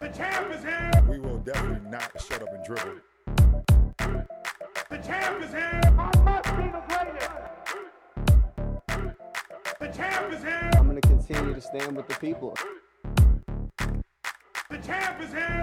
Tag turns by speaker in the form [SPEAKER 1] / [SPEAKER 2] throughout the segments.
[SPEAKER 1] The champ is here.
[SPEAKER 2] We will definitely not shut up and dribble.
[SPEAKER 1] The champ is here.
[SPEAKER 3] I must be the greatest.
[SPEAKER 1] The champ is here.
[SPEAKER 4] I'm going to continue to stand with the people.
[SPEAKER 1] The champ is here.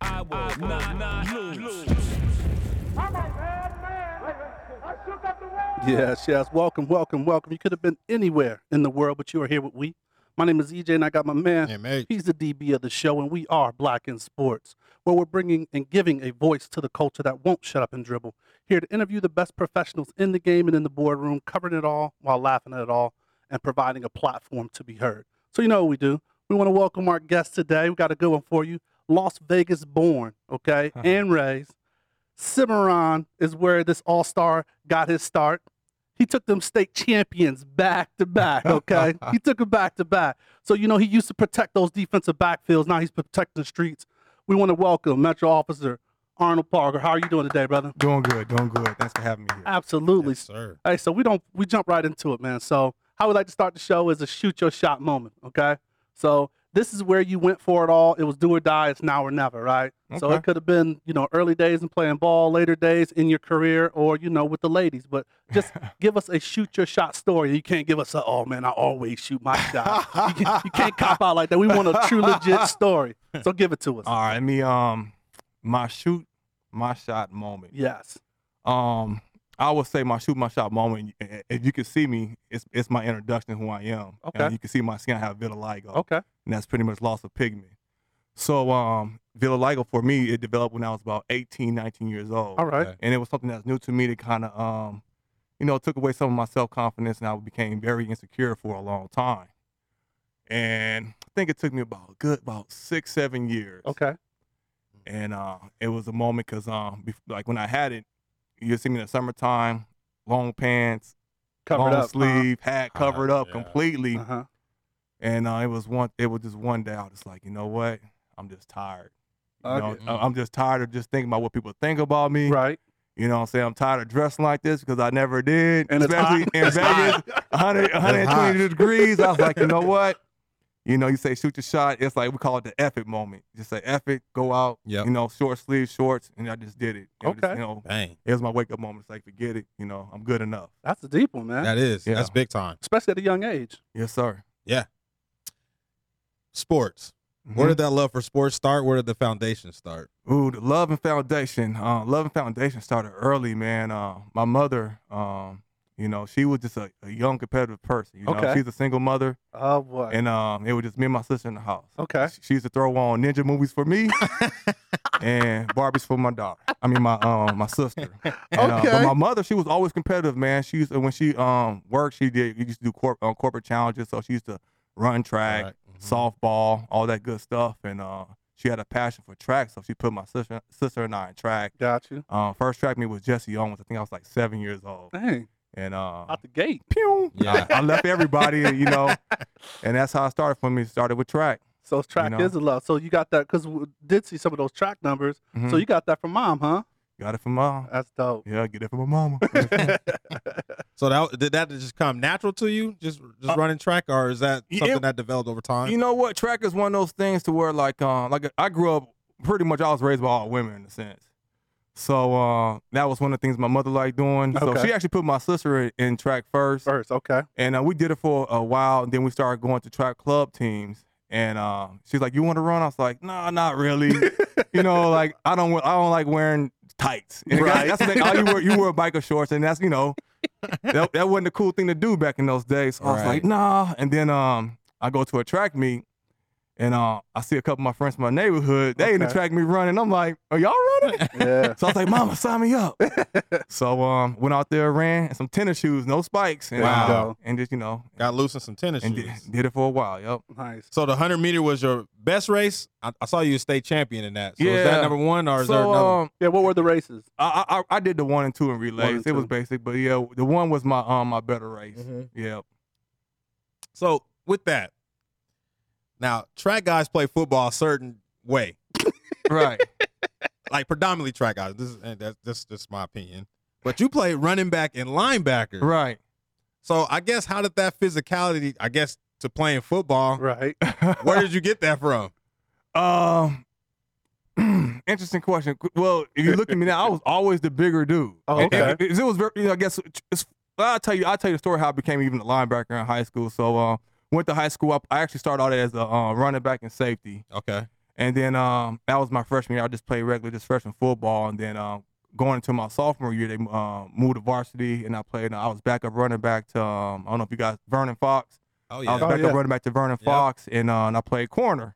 [SPEAKER 5] I will not, not lose.
[SPEAKER 3] I'm a bad man. I shook up the world.
[SPEAKER 6] Yes, yes. Welcome, welcome, welcome. You could have been anywhere in the world, but you are here with we. My name is EJ, and I got my man.
[SPEAKER 7] MH.
[SPEAKER 6] He's the DB of the show, and we are Black in Sports, where we're bringing and giving a voice to the culture that won't shut up and dribble. Here to interview the best professionals in the game and in the boardroom, covering it all while laughing at it all and providing a platform to be heard. So, you know what we do. We want to welcome our guest today. We got a good one for you. Las Vegas born, okay, and raised. Cimarron is where this all star got his start. He took them state champions back to back, okay? he took them back to back. So, you know, he used to protect those defensive backfields. Now he's protecting the streets. We want to welcome Metro Officer Arnold Parker. How are you doing today, brother?
[SPEAKER 8] Doing good, doing good. Thanks for having me here.
[SPEAKER 6] Absolutely.
[SPEAKER 7] Yes, sir.
[SPEAKER 6] Hey, so we don't we jump right into it, man. So how we like to start the show is a shoot your shot moment. Okay. So this is where you went for it all. It was do or die. It's now or never, right? So
[SPEAKER 8] Okay.
[SPEAKER 6] it could have been you know early days in playing ball, later days in your career, or you know with the ladies. But just give us a shoot your shot story. You can't give us a oh man, I always shoot my shot. you, can't, you can't cop out like that. We want a true legit story. So give it to us.
[SPEAKER 8] All right, me um, my shoot, my shot moment.
[SPEAKER 6] yes.
[SPEAKER 8] Um, I would say my shoot, my shot moment. i- i- If you can see me, it's it's my introduction, to who I am.
[SPEAKER 6] Okay. Oh.
[SPEAKER 8] And you can see my skin. I have vitiligo.
[SPEAKER 6] Okay.
[SPEAKER 8] and that's pretty much loss of pigment. So um, vitiligo for me, it developed when I was about 18, 19 years old.
[SPEAKER 6] All right.
[SPEAKER 7] Okay.
[SPEAKER 8] and it was something that's new to me to kind of um you know took away some of my self-confidence and i became very insecure for a long time and i think it took me about a good about six seven years
[SPEAKER 6] Okay.
[SPEAKER 8] and uh it was a moment because um bef- like when i had it you see me in the summertime long pants
[SPEAKER 6] Cover
[SPEAKER 8] long
[SPEAKER 6] it up.
[SPEAKER 8] sleeve hat
[SPEAKER 7] Uh,
[SPEAKER 8] covered up
[SPEAKER 7] yeah.
[SPEAKER 8] completely
[SPEAKER 6] Uh-huh.
[SPEAKER 8] and uh it was one it was just one day i was just like you know what i'm just tired you know,
[SPEAKER 6] Okay.
[SPEAKER 8] I- i'm just tired of just thinking about what people think about me
[SPEAKER 6] Right.
[SPEAKER 8] you know what I'm saying? I'm tired of dressing like this because I never did.
[SPEAKER 6] And it's
[SPEAKER 8] especially
[SPEAKER 6] hot.
[SPEAKER 8] in
[SPEAKER 6] It's
[SPEAKER 8] Vegas, 100,
[SPEAKER 7] hot.
[SPEAKER 8] 120 degrees. I was like, you know what? You know, you say shoot your shot. It's like we call it the epic moment. Just say epic, go out,
[SPEAKER 7] Yep.
[SPEAKER 8] you know, short sleeve shorts, and I just did it. It was just,
[SPEAKER 6] Okay.
[SPEAKER 8] you know,
[SPEAKER 7] Dang.
[SPEAKER 8] it was my wake up moment. It's like, forget it. You know, I'm good enough.
[SPEAKER 6] That's a deep one, man.
[SPEAKER 7] That is.
[SPEAKER 8] Yeah.
[SPEAKER 7] That's big time.
[SPEAKER 6] Especially at a young age.
[SPEAKER 8] Yes, sir.
[SPEAKER 7] Sports. Where did that love for sports start? Where did the foundation start?
[SPEAKER 8] Mm-hmm. Ooh, the Love and Foundation. Uh, Love and Foundation started early, man. Uh, my mother, um, you know, she was just a, a young competitive person. You know,
[SPEAKER 6] Okay.
[SPEAKER 8] she's a single mother.
[SPEAKER 6] Oh boy.
[SPEAKER 8] And um, it was just me and my sister in the house.
[SPEAKER 6] Okay.
[SPEAKER 8] She- She used to throw on ninja movies for me and Barbies for my daughter. I mean my um my sister. And, uh,
[SPEAKER 6] Okay.
[SPEAKER 8] but my mother, she was always competitive, man. She used to, when she um worked, she did you used to do corp, uh, corporate challenges. So she used to run track,
[SPEAKER 7] All right. Mhm.
[SPEAKER 6] Mm-hmm.
[SPEAKER 8] softball, all that good stuff. And uh, she had a passion for track, so she put my sister sister and I in track.
[SPEAKER 6] Got you.
[SPEAKER 8] Um, first track meet was Jesse Owens. I think I was like seven years old.
[SPEAKER 6] Dang.
[SPEAKER 8] And uh,
[SPEAKER 6] Out the gate.
[SPEAKER 8] pew,
[SPEAKER 7] Yeah.
[SPEAKER 8] I, I left everybody, you know, and that's how I started for me. Started with track.
[SPEAKER 6] So track
[SPEAKER 8] know?
[SPEAKER 6] is a love. So you got that because we did see some of those track numbers.
[SPEAKER 8] Mhm.
[SPEAKER 6] So you got that from mom, huh?
[SPEAKER 8] got it from mom.
[SPEAKER 6] That's dope.
[SPEAKER 8] Yeah, get it from my mama.
[SPEAKER 7] So that did that just come natural to you? Just just
[SPEAKER 8] Uh,
[SPEAKER 7] running track, or is that
[SPEAKER 8] yeah,
[SPEAKER 7] something
[SPEAKER 8] it-
[SPEAKER 7] that developed over time?
[SPEAKER 8] you know what? Track is one of those things to where like um like I grew up pretty much I was raised by all women in a sense. So uh, that was one of the things my mother liked doing. So
[SPEAKER 6] Okay.
[SPEAKER 8] she actually put my sister in, in track first,
[SPEAKER 6] First, okay.
[SPEAKER 8] and uh, we did it for a while. And then we started going to track club teams. And uh, she's like, "You want to run?" I was like, "Nah, not really." you know, like I don't, wa- I don't like wearing tights. And
[SPEAKER 6] Right.
[SPEAKER 8] That's the thing. All you wear, you wear biker shorts, and that's you know, that, that wasn't a cool thing to do back in those days. So I was
[SPEAKER 7] Right.
[SPEAKER 8] like, nah. And then um, I go to a track meet, and uh, I see a couple of my friends from my neighborhood. They in the
[SPEAKER 6] Okay.
[SPEAKER 8] track meet running. I'm like, are y'all running?
[SPEAKER 6] Yeah.
[SPEAKER 8] so I was like, Mama, sign me up. so um, went out there, ran, and some tennis shoes, no spikes. And,
[SPEAKER 6] Wow.
[SPEAKER 8] uh, and just you know,
[SPEAKER 7] Got loose in some tennis
[SPEAKER 8] and
[SPEAKER 7] shoes.
[SPEAKER 8] did, did it for a while. Yep.
[SPEAKER 6] nice.
[SPEAKER 7] so the hundred meter was your best race. I, I saw you a state champion in that. So is
[SPEAKER 8] Yeah.
[SPEAKER 7] that number one, or is
[SPEAKER 8] so
[SPEAKER 7] there another?
[SPEAKER 8] um,
[SPEAKER 6] Yeah. What were the races?
[SPEAKER 8] I, I I- I did the one and two in relays.
[SPEAKER 6] and
[SPEAKER 8] It was
[SPEAKER 6] two.
[SPEAKER 8] basic, but yeah, the one was my um my better race.
[SPEAKER 7] Mhm.
[SPEAKER 8] Yeah.
[SPEAKER 7] So with that, now track guys play football a certain way,
[SPEAKER 8] Right.
[SPEAKER 7] like predominantly track guys. This is and that's this this is my opinion. But you play running back and linebacker,
[SPEAKER 8] right.
[SPEAKER 7] so I guess how did that
[SPEAKER 8] Oh.
[SPEAKER 7] physicality? I guess to playing football,
[SPEAKER 6] Right.
[SPEAKER 7] where did you get that from?
[SPEAKER 8] Um, interesting question. Well, if you look at me now, I was always the bigger dude.
[SPEAKER 6] Oh,
[SPEAKER 8] And- and
[SPEAKER 6] okay.
[SPEAKER 8] it- it was very. You know, I guess it's, I'll tell you. I'll tell you the story how I became even a linebacker in high school. So, uh, went to high school. I, I actually started out as a uh, running back and safety.
[SPEAKER 7] Okay.
[SPEAKER 8] And then um, that was my freshman year. I just played regular, just freshman football. And then um, going into my sophomore year, they um, moved to varsity, and I played. uh, I was backup running back to um, I don't know if you guys Vernon Fox.
[SPEAKER 7] Oh
[SPEAKER 8] I was
[SPEAKER 7] yeah.
[SPEAKER 6] Oh,
[SPEAKER 8] backup
[SPEAKER 6] yeah.
[SPEAKER 8] running back to Vernon
[SPEAKER 7] Yep.
[SPEAKER 8] Fox, and, uh, and I played corner.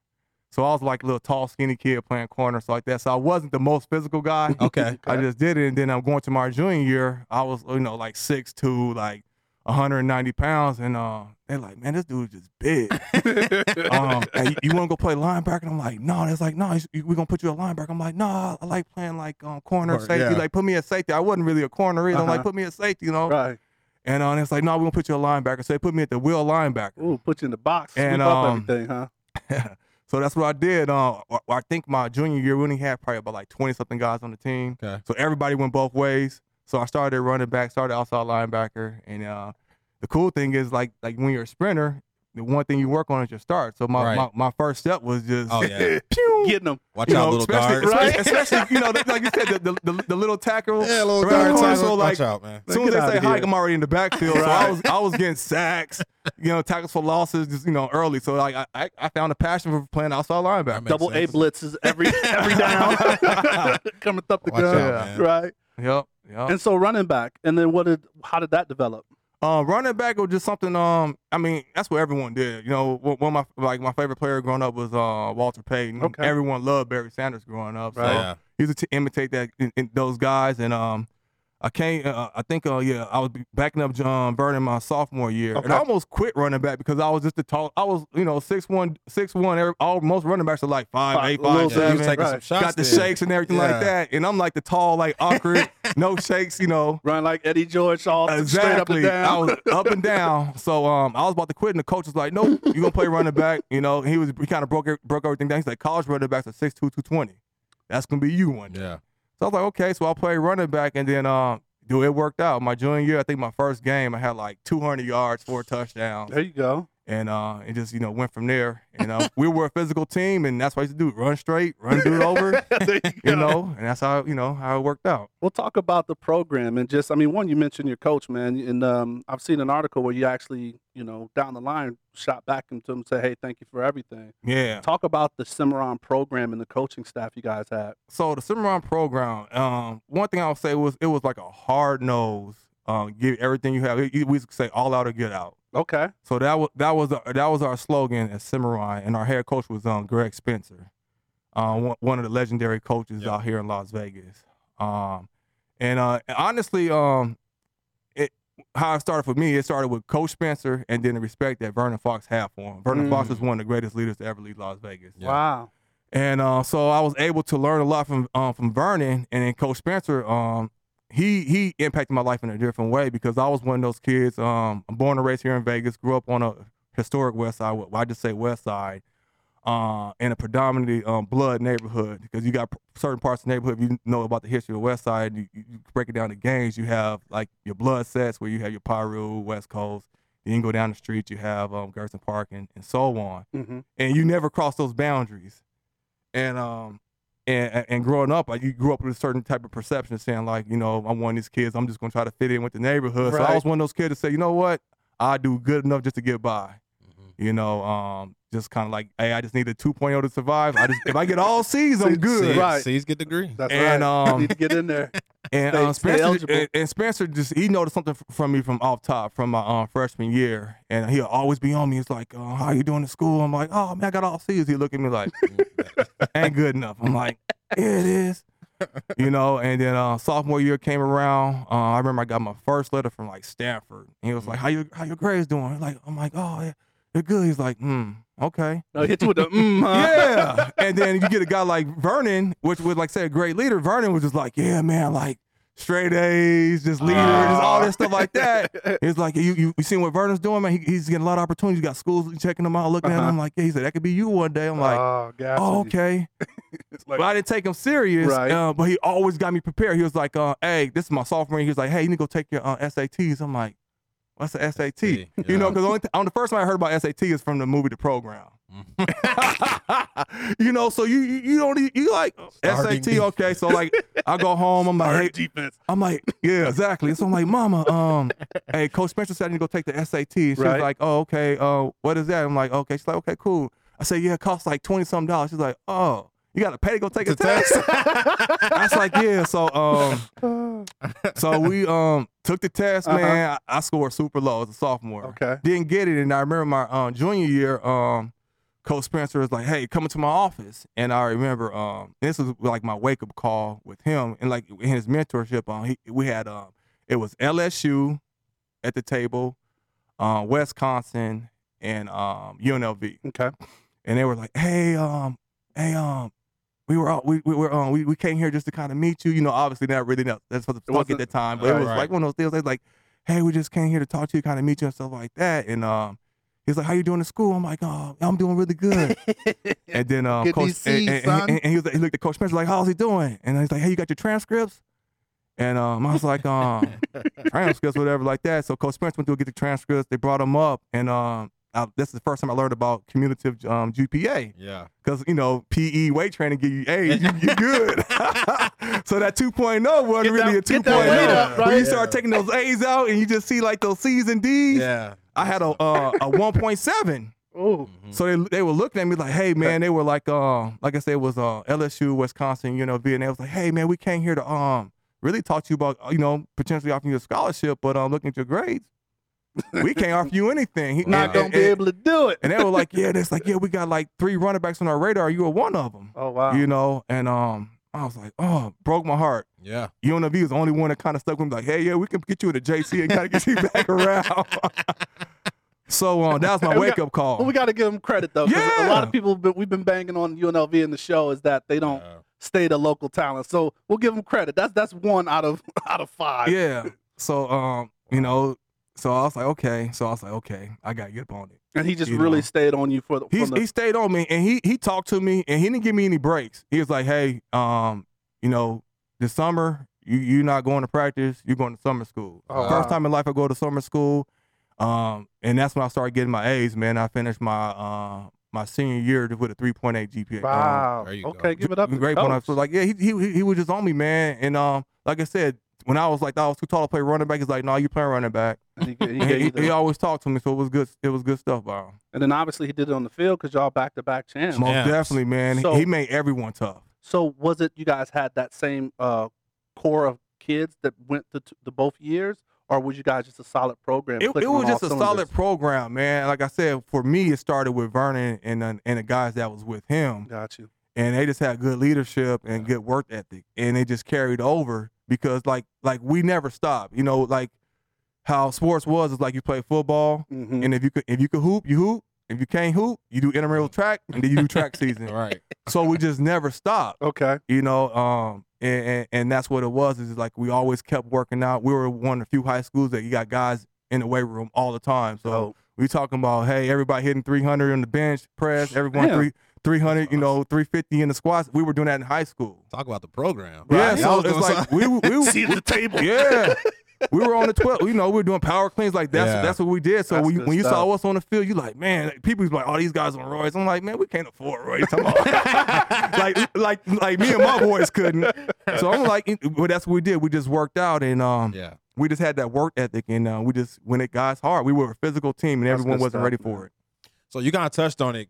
[SPEAKER 8] So I was like a little tall, skinny kid playing corner, so like that. So I wasn't the most physical guy.
[SPEAKER 7] Okay.
[SPEAKER 8] I just did it, and then I'm going to my junior year. I was, you know, like 6'2", like 190 pounds, and uh, they're like, man, this dude's just big. um, hey, you want to go play linebacker? And I'm like, no. It's like, no, we're gonna put you a linebacker. I'm like, no, I like playing like um, corner,
[SPEAKER 7] Corner,
[SPEAKER 8] safety.
[SPEAKER 7] yeah.
[SPEAKER 8] Like, put me at safety. I wasn't really a corner either. I'm like,
[SPEAKER 6] Uh-huh.
[SPEAKER 8] put me at safety, you know.
[SPEAKER 6] Right.
[SPEAKER 8] And uh, it's like, no, we're gonna put you a linebacker. So they put me at the wheel linebacker.
[SPEAKER 6] Ooh, put you in the box.
[SPEAKER 8] And,
[SPEAKER 6] sweep up
[SPEAKER 8] um,
[SPEAKER 6] everything, huh?
[SPEAKER 8] so that's what I did. Uh, I- I think my junior year, we only had probably about like 20 something guys on the team.
[SPEAKER 7] Okay.
[SPEAKER 8] So everybody went both ways. So I started at running back, started outside linebacker. And uh, the cool thing is, like, like when you're a sprinter, the one thing you work on is your start. So my,
[SPEAKER 7] Right.
[SPEAKER 8] my, my first step was just
[SPEAKER 7] Oh yeah.
[SPEAKER 8] pew,
[SPEAKER 6] Getting them.
[SPEAKER 7] Watch
[SPEAKER 8] you
[SPEAKER 7] out,
[SPEAKER 8] know,
[SPEAKER 7] little
[SPEAKER 8] especially,
[SPEAKER 7] guards.
[SPEAKER 8] especially, especially, you know, like you said, the, the, the, the little tackle.
[SPEAKER 7] Yeah, little
[SPEAKER 8] Right,
[SPEAKER 7] guard.
[SPEAKER 8] so
[SPEAKER 7] tackle.
[SPEAKER 8] like-
[SPEAKER 7] Watch out, man.
[SPEAKER 8] As soon as they
[SPEAKER 6] Get
[SPEAKER 8] say
[SPEAKER 6] outta
[SPEAKER 8] hike,
[SPEAKER 6] here.
[SPEAKER 8] I'm already in the backfield. So I was I was getting sacks, you know, tackles for losses, just you know, early. So like I- I, I found a passion for playing outside linebacker.
[SPEAKER 7] Makes
[SPEAKER 6] Double A
[SPEAKER 7] sense.
[SPEAKER 6] blitzes every every down. Coming up the
[SPEAKER 7] Watch
[SPEAKER 6] gun.
[SPEAKER 7] out, man.
[SPEAKER 6] Right.
[SPEAKER 8] Yep. Yep.
[SPEAKER 6] And so running back. And then what did how did that develop?
[SPEAKER 8] Um, running back was just something. Um, I mean, that's what everyone did. You know, one one of my like my favorite player growing up was uh Walter Payton.
[SPEAKER 6] Okay.
[SPEAKER 8] Everyone loved Barry Sanders growing up. So
[SPEAKER 6] Right.
[SPEAKER 7] Yeah.
[SPEAKER 8] he used to imitate that in, in those guys. And um, I came. Uh, I think. Uh, yeah, I was backing up John Vernon my sophomore year, and I
[SPEAKER 6] Okay.
[SPEAKER 8] almost quit running back because I was just the tall. I was you know six one, six one. Every, all most running backs are like five,
[SPEAKER 6] Five-
[SPEAKER 8] eight,
[SPEAKER 6] little
[SPEAKER 8] five,
[SPEAKER 7] Yeah,
[SPEAKER 8] seven.
[SPEAKER 7] he was taking some
[SPEAKER 6] Right.
[SPEAKER 7] shots.
[SPEAKER 8] Got the
[SPEAKER 7] there.
[SPEAKER 8] shakes and everything
[SPEAKER 7] Yeah.
[SPEAKER 8] like that, and I'm like the tall, like awkward, no shakes, you know.
[SPEAKER 6] Running like Eddie George all straight up and
[SPEAKER 8] Exactly. I
[SPEAKER 6] down.
[SPEAKER 8] was up and down. So um, I was about to quit, and the coach was like, "Nope, you gonna play running back." You know, he was he kind of broke it- broke everything down. He's like, "College running backs are 6'2", 220. That's gonna be you one day."
[SPEAKER 7] Yeah.
[SPEAKER 8] So I was like, "Okay." So I played running back, and then um, dude, it worked out. My junior year, I think my first game, I had like two hundred yards, four touchdowns,
[SPEAKER 6] There you go.
[SPEAKER 8] and uh, it just you know went from there. And uh, we were a physical team, and that's what I used to do: run straight, run dude over.
[SPEAKER 6] There you
[SPEAKER 8] You
[SPEAKER 6] go.
[SPEAKER 8] know, and that's how you know how it worked out.
[SPEAKER 6] We'll talk about the program and just, I mean, one, you mentioned your coach, man, and um, I've seen an article where you actually, you know, down the line, shot back into him and said, hey, thank you for everything.
[SPEAKER 8] Yeah.
[SPEAKER 6] Talk about the Cimarron program and the coaching staff you guys had.
[SPEAKER 8] so the Cimarron program, um, one thing I would say was it was like a hard nose, um, give everything you have. It- you- we used to say all out or get out.
[SPEAKER 6] Okay.
[SPEAKER 8] So that was that was the, that was our slogan at Cimarron, and our head coach was um, Greg Spencer, uh, one, one of the legendary coaches
[SPEAKER 7] Yeah.
[SPEAKER 8] out here in Las Vegas. Um, and uh, honestly, um, it how it started for me, it started with Coach Spencer, and then the respect that Vernon Fox had for him. Vernon Fox
[SPEAKER 6] Mm.
[SPEAKER 8] was one of the greatest leaders to ever lead Las Vegas.
[SPEAKER 7] Yeah.
[SPEAKER 6] Wow.
[SPEAKER 8] And uh, so I was able to learn a lot from um, from Vernon and then Coach Spencer. Um, he he impacted my life in a different way because I was one of those kids. Um, I'm born and raised here in Vegas. Grew up on a historic West Side. Well, I just say West Side, uh, in a predominantly um, blood neighborhood because you got p- certain parts of the neighborhood. If you know about the history of the West Side, you, you you break it down to gangs. You have like your blood sets where you have your Pyro, West Coast. Then you go down the street, you have um, Gerson Park and, and so on
[SPEAKER 6] Mm-hmm.
[SPEAKER 8] and you never cross those boundaries. And um and and growing up, like you grew up with a certain type of perception of saying like, you know, I'm one of these kids. I'm just gonna try to fit in with the neighborhood. So I
[SPEAKER 6] Right.
[SPEAKER 8] was one of those kids that said, you know what, I do good enough just to get by.
[SPEAKER 6] Mm-hmm.
[SPEAKER 8] You know, um, just kind of like, hey, I just need a 2.0 to survive. I just if I get all C's, I'm good.
[SPEAKER 7] C's,
[SPEAKER 6] Right.
[SPEAKER 7] C's get degree.
[SPEAKER 6] That's
[SPEAKER 8] And,
[SPEAKER 6] right.
[SPEAKER 8] um,
[SPEAKER 6] Need to get in there.
[SPEAKER 8] And
[SPEAKER 6] Stay-
[SPEAKER 8] uh,
[SPEAKER 6] stay
[SPEAKER 8] Spencer,
[SPEAKER 6] eligible.
[SPEAKER 8] and, and Spencer just he noticed something f- from me from off top from my um, freshman year, and he'll always be on me. He's like, uh, "How you doing in school?" I'm like, "Oh man, I got all C's." He look at me like, "Ain't good enough." I'm like, "Yeah, it is," you know. And then uh, sophomore year came around. Uh, I remember I got my first letter from like Stanford. And he was like, "How your how your grades doing?" Like, I'm like, "Oh, yeah, they're good." He's like, "Hmm, okay."
[SPEAKER 6] No, hit you with the mm, huh?
[SPEAKER 8] yeah. And then you get a guy like Vernon, which was like say a great leader. Vernon was just like, yeah, man, like straight A's, just leader, just all this stuff like that. It's like you you, you seen what Vernon's doing, man. He, he's getting a lot of opportunities. You got schools checking him out, looking at
[SPEAKER 6] Uh-huh.
[SPEAKER 8] him. Like, yeah, he said that could be you one day. I'm like,
[SPEAKER 6] oh, God.
[SPEAKER 8] oh, okay. But I didn't take him serious.
[SPEAKER 6] Right.
[SPEAKER 8] Uh, but he always got me prepared. He was like, uh, hey, this is my sophomore year. He was like, hey, you need to go take your uh, SATs. I'm like, what's the SAT?
[SPEAKER 7] SAT,
[SPEAKER 8] You know,
[SPEAKER 7] yeah.
[SPEAKER 8] because on the first time I heard about SAT is from the movie The Program. you know, so you you, you don't e- you like
[SPEAKER 7] Starving
[SPEAKER 8] SAT. Okay, so like I go home. I'm
[SPEAKER 6] Our
[SPEAKER 8] like, hey,
[SPEAKER 6] defense.
[SPEAKER 8] I'm like, yeah, exactly. So I'm like, Mama, um, hey, Coach Spencer said I need to go take the SAT. She's
[SPEAKER 6] Right.
[SPEAKER 8] like, oh, okay, uh, what is that? I'm like, okay. She's like, okay, cool. I said, yeah, it costs like twenty something dollars. She's like, oh, you got to pay to go take a
[SPEAKER 7] To test?
[SPEAKER 8] test. I was like, yeah. So um, so we um took the test, man. I, I scored super low as a sophomore.
[SPEAKER 6] Okay.
[SPEAKER 8] Didn't get it, and I remember my um junior year um. Coach Spencer was like, "Hey, come into my office," and I remember um, this was like my wake up call with him, and like in his mentorship on, he, we had um, it was LSU at the table, uh, Wisconsin, and um, UNLV,
[SPEAKER 6] Okay.
[SPEAKER 8] and they were like, "Hey, um, hey, um, we were all, we we were um, we, we came here just to kind of meet you, you know, obviously not really not that's for the talk at
[SPEAKER 6] wasn't-
[SPEAKER 8] the time, but it
[SPEAKER 7] Right,
[SPEAKER 8] was
[SPEAKER 7] right.
[SPEAKER 8] like one of those things they like, hey, we just came here to talk to you, kind of meet you and stuff like that, and um." He's like, "How you doing in school?" I'm like, "Oh, I'm doing really good." and then um,
[SPEAKER 6] Get
[SPEAKER 8] coach,
[SPEAKER 6] these
[SPEAKER 8] and,
[SPEAKER 6] Cs,
[SPEAKER 8] and-
[SPEAKER 6] son.
[SPEAKER 8] and- and he was like, he looked at Coach Spencer like, "How's he doing?" And he's like, "Hey, you got your transcripts?" And um, I was like, um, transcripts, whatever, like that. So Coach Spencer went to go get the transcripts. They brought him up, and um, I, this is the first time I learned about cumulative um, GPA
[SPEAKER 7] Yeah.
[SPEAKER 8] because you know PE weight training give you A's, you, you good. so that 2.0 wasn't
[SPEAKER 7] Get
[SPEAKER 8] really
[SPEAKER 7] that-
[SPEAKER 8] a 2.0.
[SPEAKER 7] get that weight up,
[SPEAKER 8] When you
[SPEAKER 7] right?
[SPEAKER 8] start
[SPEAKER 7] Yeah.
[SPEAKER 8] taking those A's out, and you just see like those C's and D's.
[SPEAKER 7] Yeah. Mm-hmm.
[SPEAKER 8] I had a uh, a 1.7.
[SPEAKER 6] Oh,
[SPEAKER 8] So they they were looking at me like, hey man, they were like, uh, like I said, it was uh, LSU, Wisconsin, you know, V, and they was like, hey man, we came here to um really talk to you about you know potentially offering you a scholarship, but um looking at your grades, we can't offer you anything. He-
[SPEAKER 6] not
[SPEAKER 8] and-
[SPEAKER 6] gonna
[SPEAKER 8] and-
[SPEAKER 6] be able to do it.
[SPEAKER 8] And they were like, yeah, that's like yeah, we got like three running backs on our radar. You were one of them,
[SPEAKER 6] Oh wow.
[SPEAKER 8] you know, and um I was like, oh, broke my heart.
[SPEAKER 7] Yeah.
[SPEAKER 8] UNLV was the only one that kind of stuck with me, like, hey, yeah, we can get you to JC and kind of get you back around. so um, that was my
[SPEAKER 6] And we
[SPEAKER 8] wake
[SPEAKER 6] got-
[SPEAKER 8] up call.
[SPEAKER 6] Well, we got to give them credit though. 'cause A lot
[SPEAKER 8] Yeah.
[SPEAKER 6] of people have been, we've been banging on UNLV in the show is that they don't
[SPEAKER 7] Yeah.
[SPEAKER 6] stay the local talent. So we'll give them credit. That's that's one out of out of five.
[SPEAKER 8] yeah. So um, you know, so I was like, okay. So I was like, okay, I gotta get up on it.
[SPEAKER 6] And he just
[SPEAKER 8] You
[SPEAKER 6] really
[SPEAKER 8] know.
[SPEAKER 6] stayed on you for the.
[SPEAKER 8] He
[SPEAKER 6] from the
[SPEAKER 8] he stayed on me and he he talked to me and he didn't give me any breaks. He was like, hey, um, you know, this summer you you're not going to practice. You're going to summer school.
[SPEAKER 6] Oh,
[SPEAKER 8] First
[SPEAKER 6] wow.
[SPEAKER 8] time in life I go to summer school, um, and that's when I started getting my A's. Man, I finished my uh my senior year with a 3.8 GPA. um,
[SPEAKER 6] wow.
[SPEAKER 7] There you go.
[SPEAKER 6] Okay, give it up. to
[SPEAKER 8] Great point.
[SPEAKER 6] Coach.
[SPEAKER 8] So like, yeah, he, he he was just on me, man. And um, like I said, when I was like, I was too tall to play running back. He's like, no, you playing running back.
[SPEAKER 6] And he, he
[SPEAKER 8] He,
[SPEAKER 6] gave
[SPEAKER 8] he-
[SPEAKER 6] you the-
[SPEAKER 8] he always talked to me, so it was good. It was good stuff, bro.
[SPEAKER 6] and then obviously he did it on the field because y'all back to back champs.
[SPEAKER 8] Most
[SPEAKER 7] Yes.
[SPEAKER 8] definitely, man.
[SPEAKER 6] So-
[SPEAKER 8] he made everyone tough.
[SPEAKER 6] So was it you guys had that same uh, core of kids that went to, to the both years, or was you guys just a solid program?
[SPEAKER 8] It, it
[SPEAKER 6] clicking
[SPEAKER 8] was
[SPEAKER 6] on
[SPEAKER 8] just a
[SPEAKER 6] all
[SPEAKER 8] solid
[SPEAKER 6] cylinders?
[SPEAKER 8] program, man. Like I said, for me, it started with Vernon and uh, and the guys that was with him,
[SPEAKER 6] Got you.
[SPEAKER 8] and they just had good leadership and good work ethic, and it just carried over because like like we never stopped. You know, like how sports was is like you play football,
[SPEAKER 6] Mhm.
[SPEAKER 8] and if you could if you could hoop, you hoop. If you can't hoop, you do intramural track, and then you do track season.
[SPEAKER 7] All right.
[SPEAKER 8] So we just never stopped.
[SPEAKER 6] Okay.
[SPEAKER 8] you know um and, and and that's what it was is like we always kept working out we were one of the few high schools that you got guys in the weight room all the time so
[SPEAKER 6] So
[SPEAKER 8] we talking about hey everybody hitting 300 on the bench press everyone
[SPEAKER 6] Damn.
[SPEAKER 8] three 300 you know 350 in the squats we were doing that in high school
[SPEAKER 7] Talk about the program.
[SPEAKER 8] yeah
[SPEAKER 7] Right.
[SPEAKER 8] so it's like we, we,
[SPEAKER 6] see at the table.
[SPEAKER 8] yeah we were on the 12 you know we were doing power cleans like that's
[SPEAKER 7] Yeah.
[SPEAKER 8] that's what we did so
[SPEAKER 6] That's
[SPEAKER 8] when, you-
[SPEAKER 6] good
[SPEAKER 8] when you
[SPEAKER 6] stuff.
[SPEAKER 8] saw us on the field you like man like, people was like oh these guys on roy's i'm like man we can't afford roy's Come on. like like like me and my boys couldn't so i'm like well that's what we did we just worked out and um
[SPEAKER 7] Yeah.
[SPEAKER 8] we just had that work ethic and uh, we just when it got hard we were a physical team and
[SPEAKER 6] That's
[SPEAKER 8] everyone
[SPEAKER 6] good
[SPEAKER 8] wasn't
[SPEAKER 6] stuff,
[SPEAKER 8] ready
[SPEAKER 6] man.
[SPEAKER 8] for it
[SPEAKER 7] So you kind of touched on it,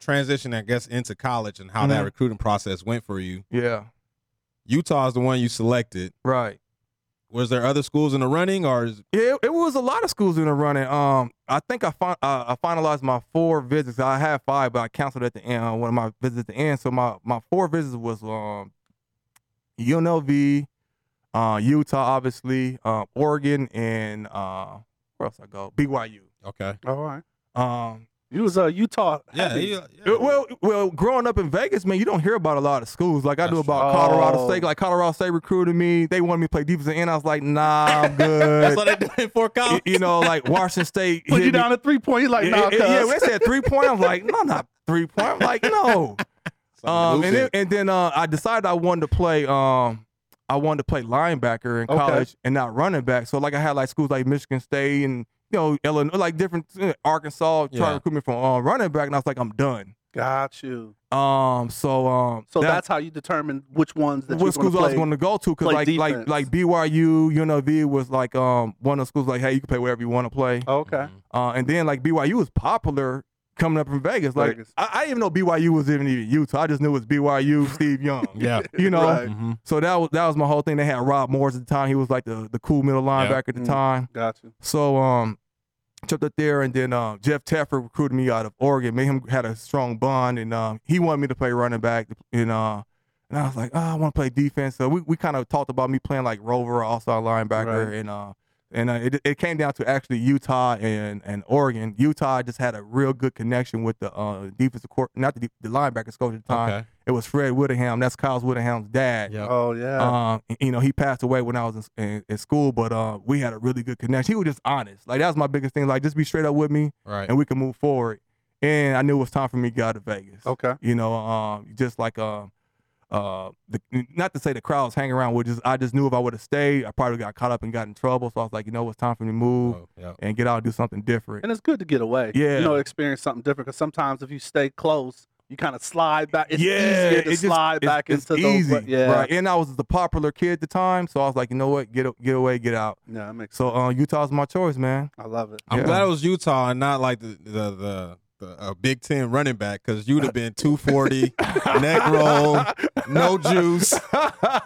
[SPEAKER 7] transition, I guess, into college and how that
[SPEAKER 8] Mhm.
[SPEAKER 7] recruiting process went for you.
[SPEAKER 8] yeah
[SPEAKER 7] Utah is the one you selected.
[SPEAKER 8] right
[SPEAKER 7] Was there other schools in the running, or is,
[SPEAKER 8] Yeah, it, it was a lot of schools in the running. Um, I think I fin- uh, I finalized my four visits. I had five, but I canceled at the end. Uh, one of my visits at the end. So my my four visits was um, UNLV, uh, Utah, obviously, uh, Oregon, and uh, where else I go? BYU.
[SPEAKER 7] okay?
[SPEAKER 6] Oh, All right.
[SPEAKER 8] Um,
[SPEAKER 6] You was a uh, Utah.
[SPEAKER 7] Yeah.
[SPEAKER 6] heavy.
[SPEAKER 7] yeah, yeah.
[SPEAKER 8] it- well, well, growing up in Vegas, man, you don't hear about a lot of schools. Like I do
[SPEAKER 7] That's
[SPEAKER 8] about
[SPEAKER 6] true.
[SPEAKER 8] Colorado
[SPEAKER 6] Oh.
[SPEAKER 8] State. Like Colorado State recruited me. They wanted me to play defense end. I was like, nah, I'm
[SPEAKER 7] that's
[SPEAKER 8] good.
[SPEAKER 7] what they do in Fort
[SPEAKER 8] You-
[SPEAKER 7] College.
[SPEAKER 8] you know, like Washington State
[SPEAKER 6] Put
[SPEAKER 8] hit
[SPEAKER 6] you
[SPEAKER 8] me-
[SPEAKER 6] down at three point. you like,
[SPEAKER 8] yeah,
[SPEAKER 6] nah,
[SPEAKER 8] yeah, yeah,
[SPEAKER 6] cuz.
[SPEAKER 8] when they said three point, I'm like, no, not three point. I'm like, no. Um, and, then, and then uh, I decided I wanted to play. Um, I wanted to play linebacker in
[SPEAKER 6] Okay.
[SPEAKER 8] college and not running back. So like I had like schools like Michigan State and you know, Illinois, like different uh, Arkansas trying
[SPEAKER 7] Yeah.
[SPEAKER 8] to recruit me for uh, running back, and I was like, I'm done.
[SPEAKER 6] Got you.
[SPEAKER 8] Um, so um,
[SPEAKER 6] So
[SPEAKER 8] that-
[SPEAKER 6] that's how you determine which ones that
[SPEAKER 8] what
[SPEAKER 6] you're
[SPEAKER 8] schools I was
[SPEAKER 6] going
[SPEAKER 8] going
[SPEAKER 6] to
[SPEAKER 8] to go to because
[SPEAKER 6] play
[SPEAKER 8] like like
[SPEAKER 6] defense.
[SPEAKER 8] like BYU, UNLV was like um one of the schools like, hey, you can play wherever you want to play.
[SPEAKER 6] Oh, Okay.
[SPEAKER 7] Mm-hmm.
[SPEAKER 8] Uh, and then like BYU was popular coming up from Vegas. Like
[SPEAKER 6] Vegas.
[SPEAKER 8] I, I didn't even know BYU was even in Utah. I just knew it was BYU, Steve Young.
[SPEAKER 7] Yeah.
[SPEAKER 8] You know,
[SPEAKER 6] Right.
[SPEAKER 7] Mhm.
[SPEAKER 8] so that was that was my whole thing. They had Rob Morris at the time. He was like the the cool middle linebacker
[SPEAKER 7] Yeah.
[SPEAKER 8] at the
[SPEAKER 6] Mm.
[SPEAKER 8] time.
[SPEAKER 6] Got you.
[SPEAKER 8] So um, jumped up there, and then um, Jeff Teffer recruited me out of Oregon. Me and him had a strong bond, and um, he wanted me to play running back. And uh, and I was like, oh, I want to play defense. So we, we kind of talked about me playing like rover, all star linebacker,
[SPEAKER 6] Right.
[SPEAKER 8] and uh, and uh, it, it came down to actually Utah and and Oregon. Utah just had a real good connection with the uh, defensive court, not the, de- the linebackers coach at the time.
[SPEAKER 7] Okay.
[SPEAKER 8] It was Fred Woodham. That's Kyle's Woodham's dad.
[SPEAKER 7] Yeah.
[SPEAKER 6] Oh yeah.
[SPEAKER 8] Um, you know, he passed away when I was in, in, in school, but uh, we had a really good connection. He was just honest. Like that was my biggest thing. Like just be straight up with me,
[SPEAKER 7] Right.
[SPEAKER 8] and we can move forward. And I knew it was time for me to go out to Vegas.
[SPEAKER 6] okay.
[SPEAKER 8] You know, um, just like um, uh, the, not to say the crowds hanging around, which is I just knew if I would have stayed, I probably got caught up and got in trouble. So I was like, you know, it's time for me to move
[SPEAKER 7] Oh, yeah.
[SPEAKER 8] and get out and do something different.
[SPEAKER 6] And it's good to get away.
[SPEAKER 8] Yeah.
[SPEAKER 6] You know, experience something different because sometimes if you stay close, you kind of slide back. It's
[SPEAKER 8] yeah,
[SPEAKER 6] easier to
[SPEAKER 8] it just-
[SPEAKER 6] slide
[SPEAKER 8] it's-
[SPEAKER 6] back
[SPEAKER 8] it's
[SPEAKER 6] into
[SPEAKER 8] easy,
[SPEAKER 6] those. Yeah.
[SPEAKER 8] right. And I was the popular kid at the time, so I was like, you know what, get a- get away, get out.
[SPEAKER 6] Yeah, that makes.
[SPEAKER 8] So uh, Utah's my choice, man.
[SPEAKER 6] I love it.
[SPEAKER 7] I'm
[SPEAKER 8] Yeah.
[SPEAKER 7] glad it was Utah and not like the the the, the a Big Ten running back because you'd have been 240 neck roll, no juice,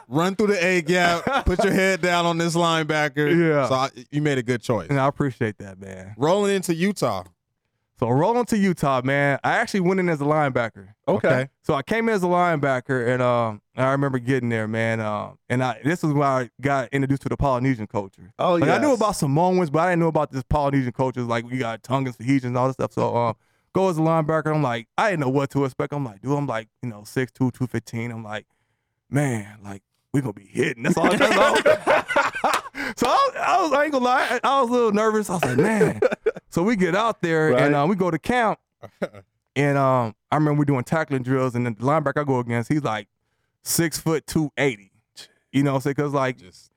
[SPEAKER 7] run through the A gap, put your head down on this linebacker.
[SPEAKER 8] Yeah.
[SPEAKER 7] so I, you made a good choice.
[SPEAKER 8] And I appreciate that, man.
[SPEAKER 7] Rolling into Utah.
[SPEAKER 8] So rolling to Utah, man. I actually went in as a linebacker.
[SPEAKER 6] Okay.
[SPEAKER 8] So I came in as a linebacker, and um, I remember getting there, man. Um, and I this is when I got introduced to the Polynesian culture.
[SPEAKER 6] Oh
[SPEAKER 8] Like
[SPEAKER 6] yeah.
[SPEAKER 8] I knew about Samoans, but I didn't know about this Polynesian culture. Like we got Tongans, Fijians, and all this stuff. So um, go as a linebacker. I'm like, I didn't know what to expect. I'm like, dude, I'm like, you know, 6'2", 215. I'm like, man, like we gonna be hitting. That's all. That's all. so I, I was, I ain't gonna lie, I, I was a little nervous. I was like, man. so we get out there
[SPEAKER 6] Right.
[SPEAKER 8] and uh, we go to camp, and um, I remember we doing tackling drills, and the linebacker I go against, he's like six foot two eighty. You know, so because like
[SPEAKER 7] Just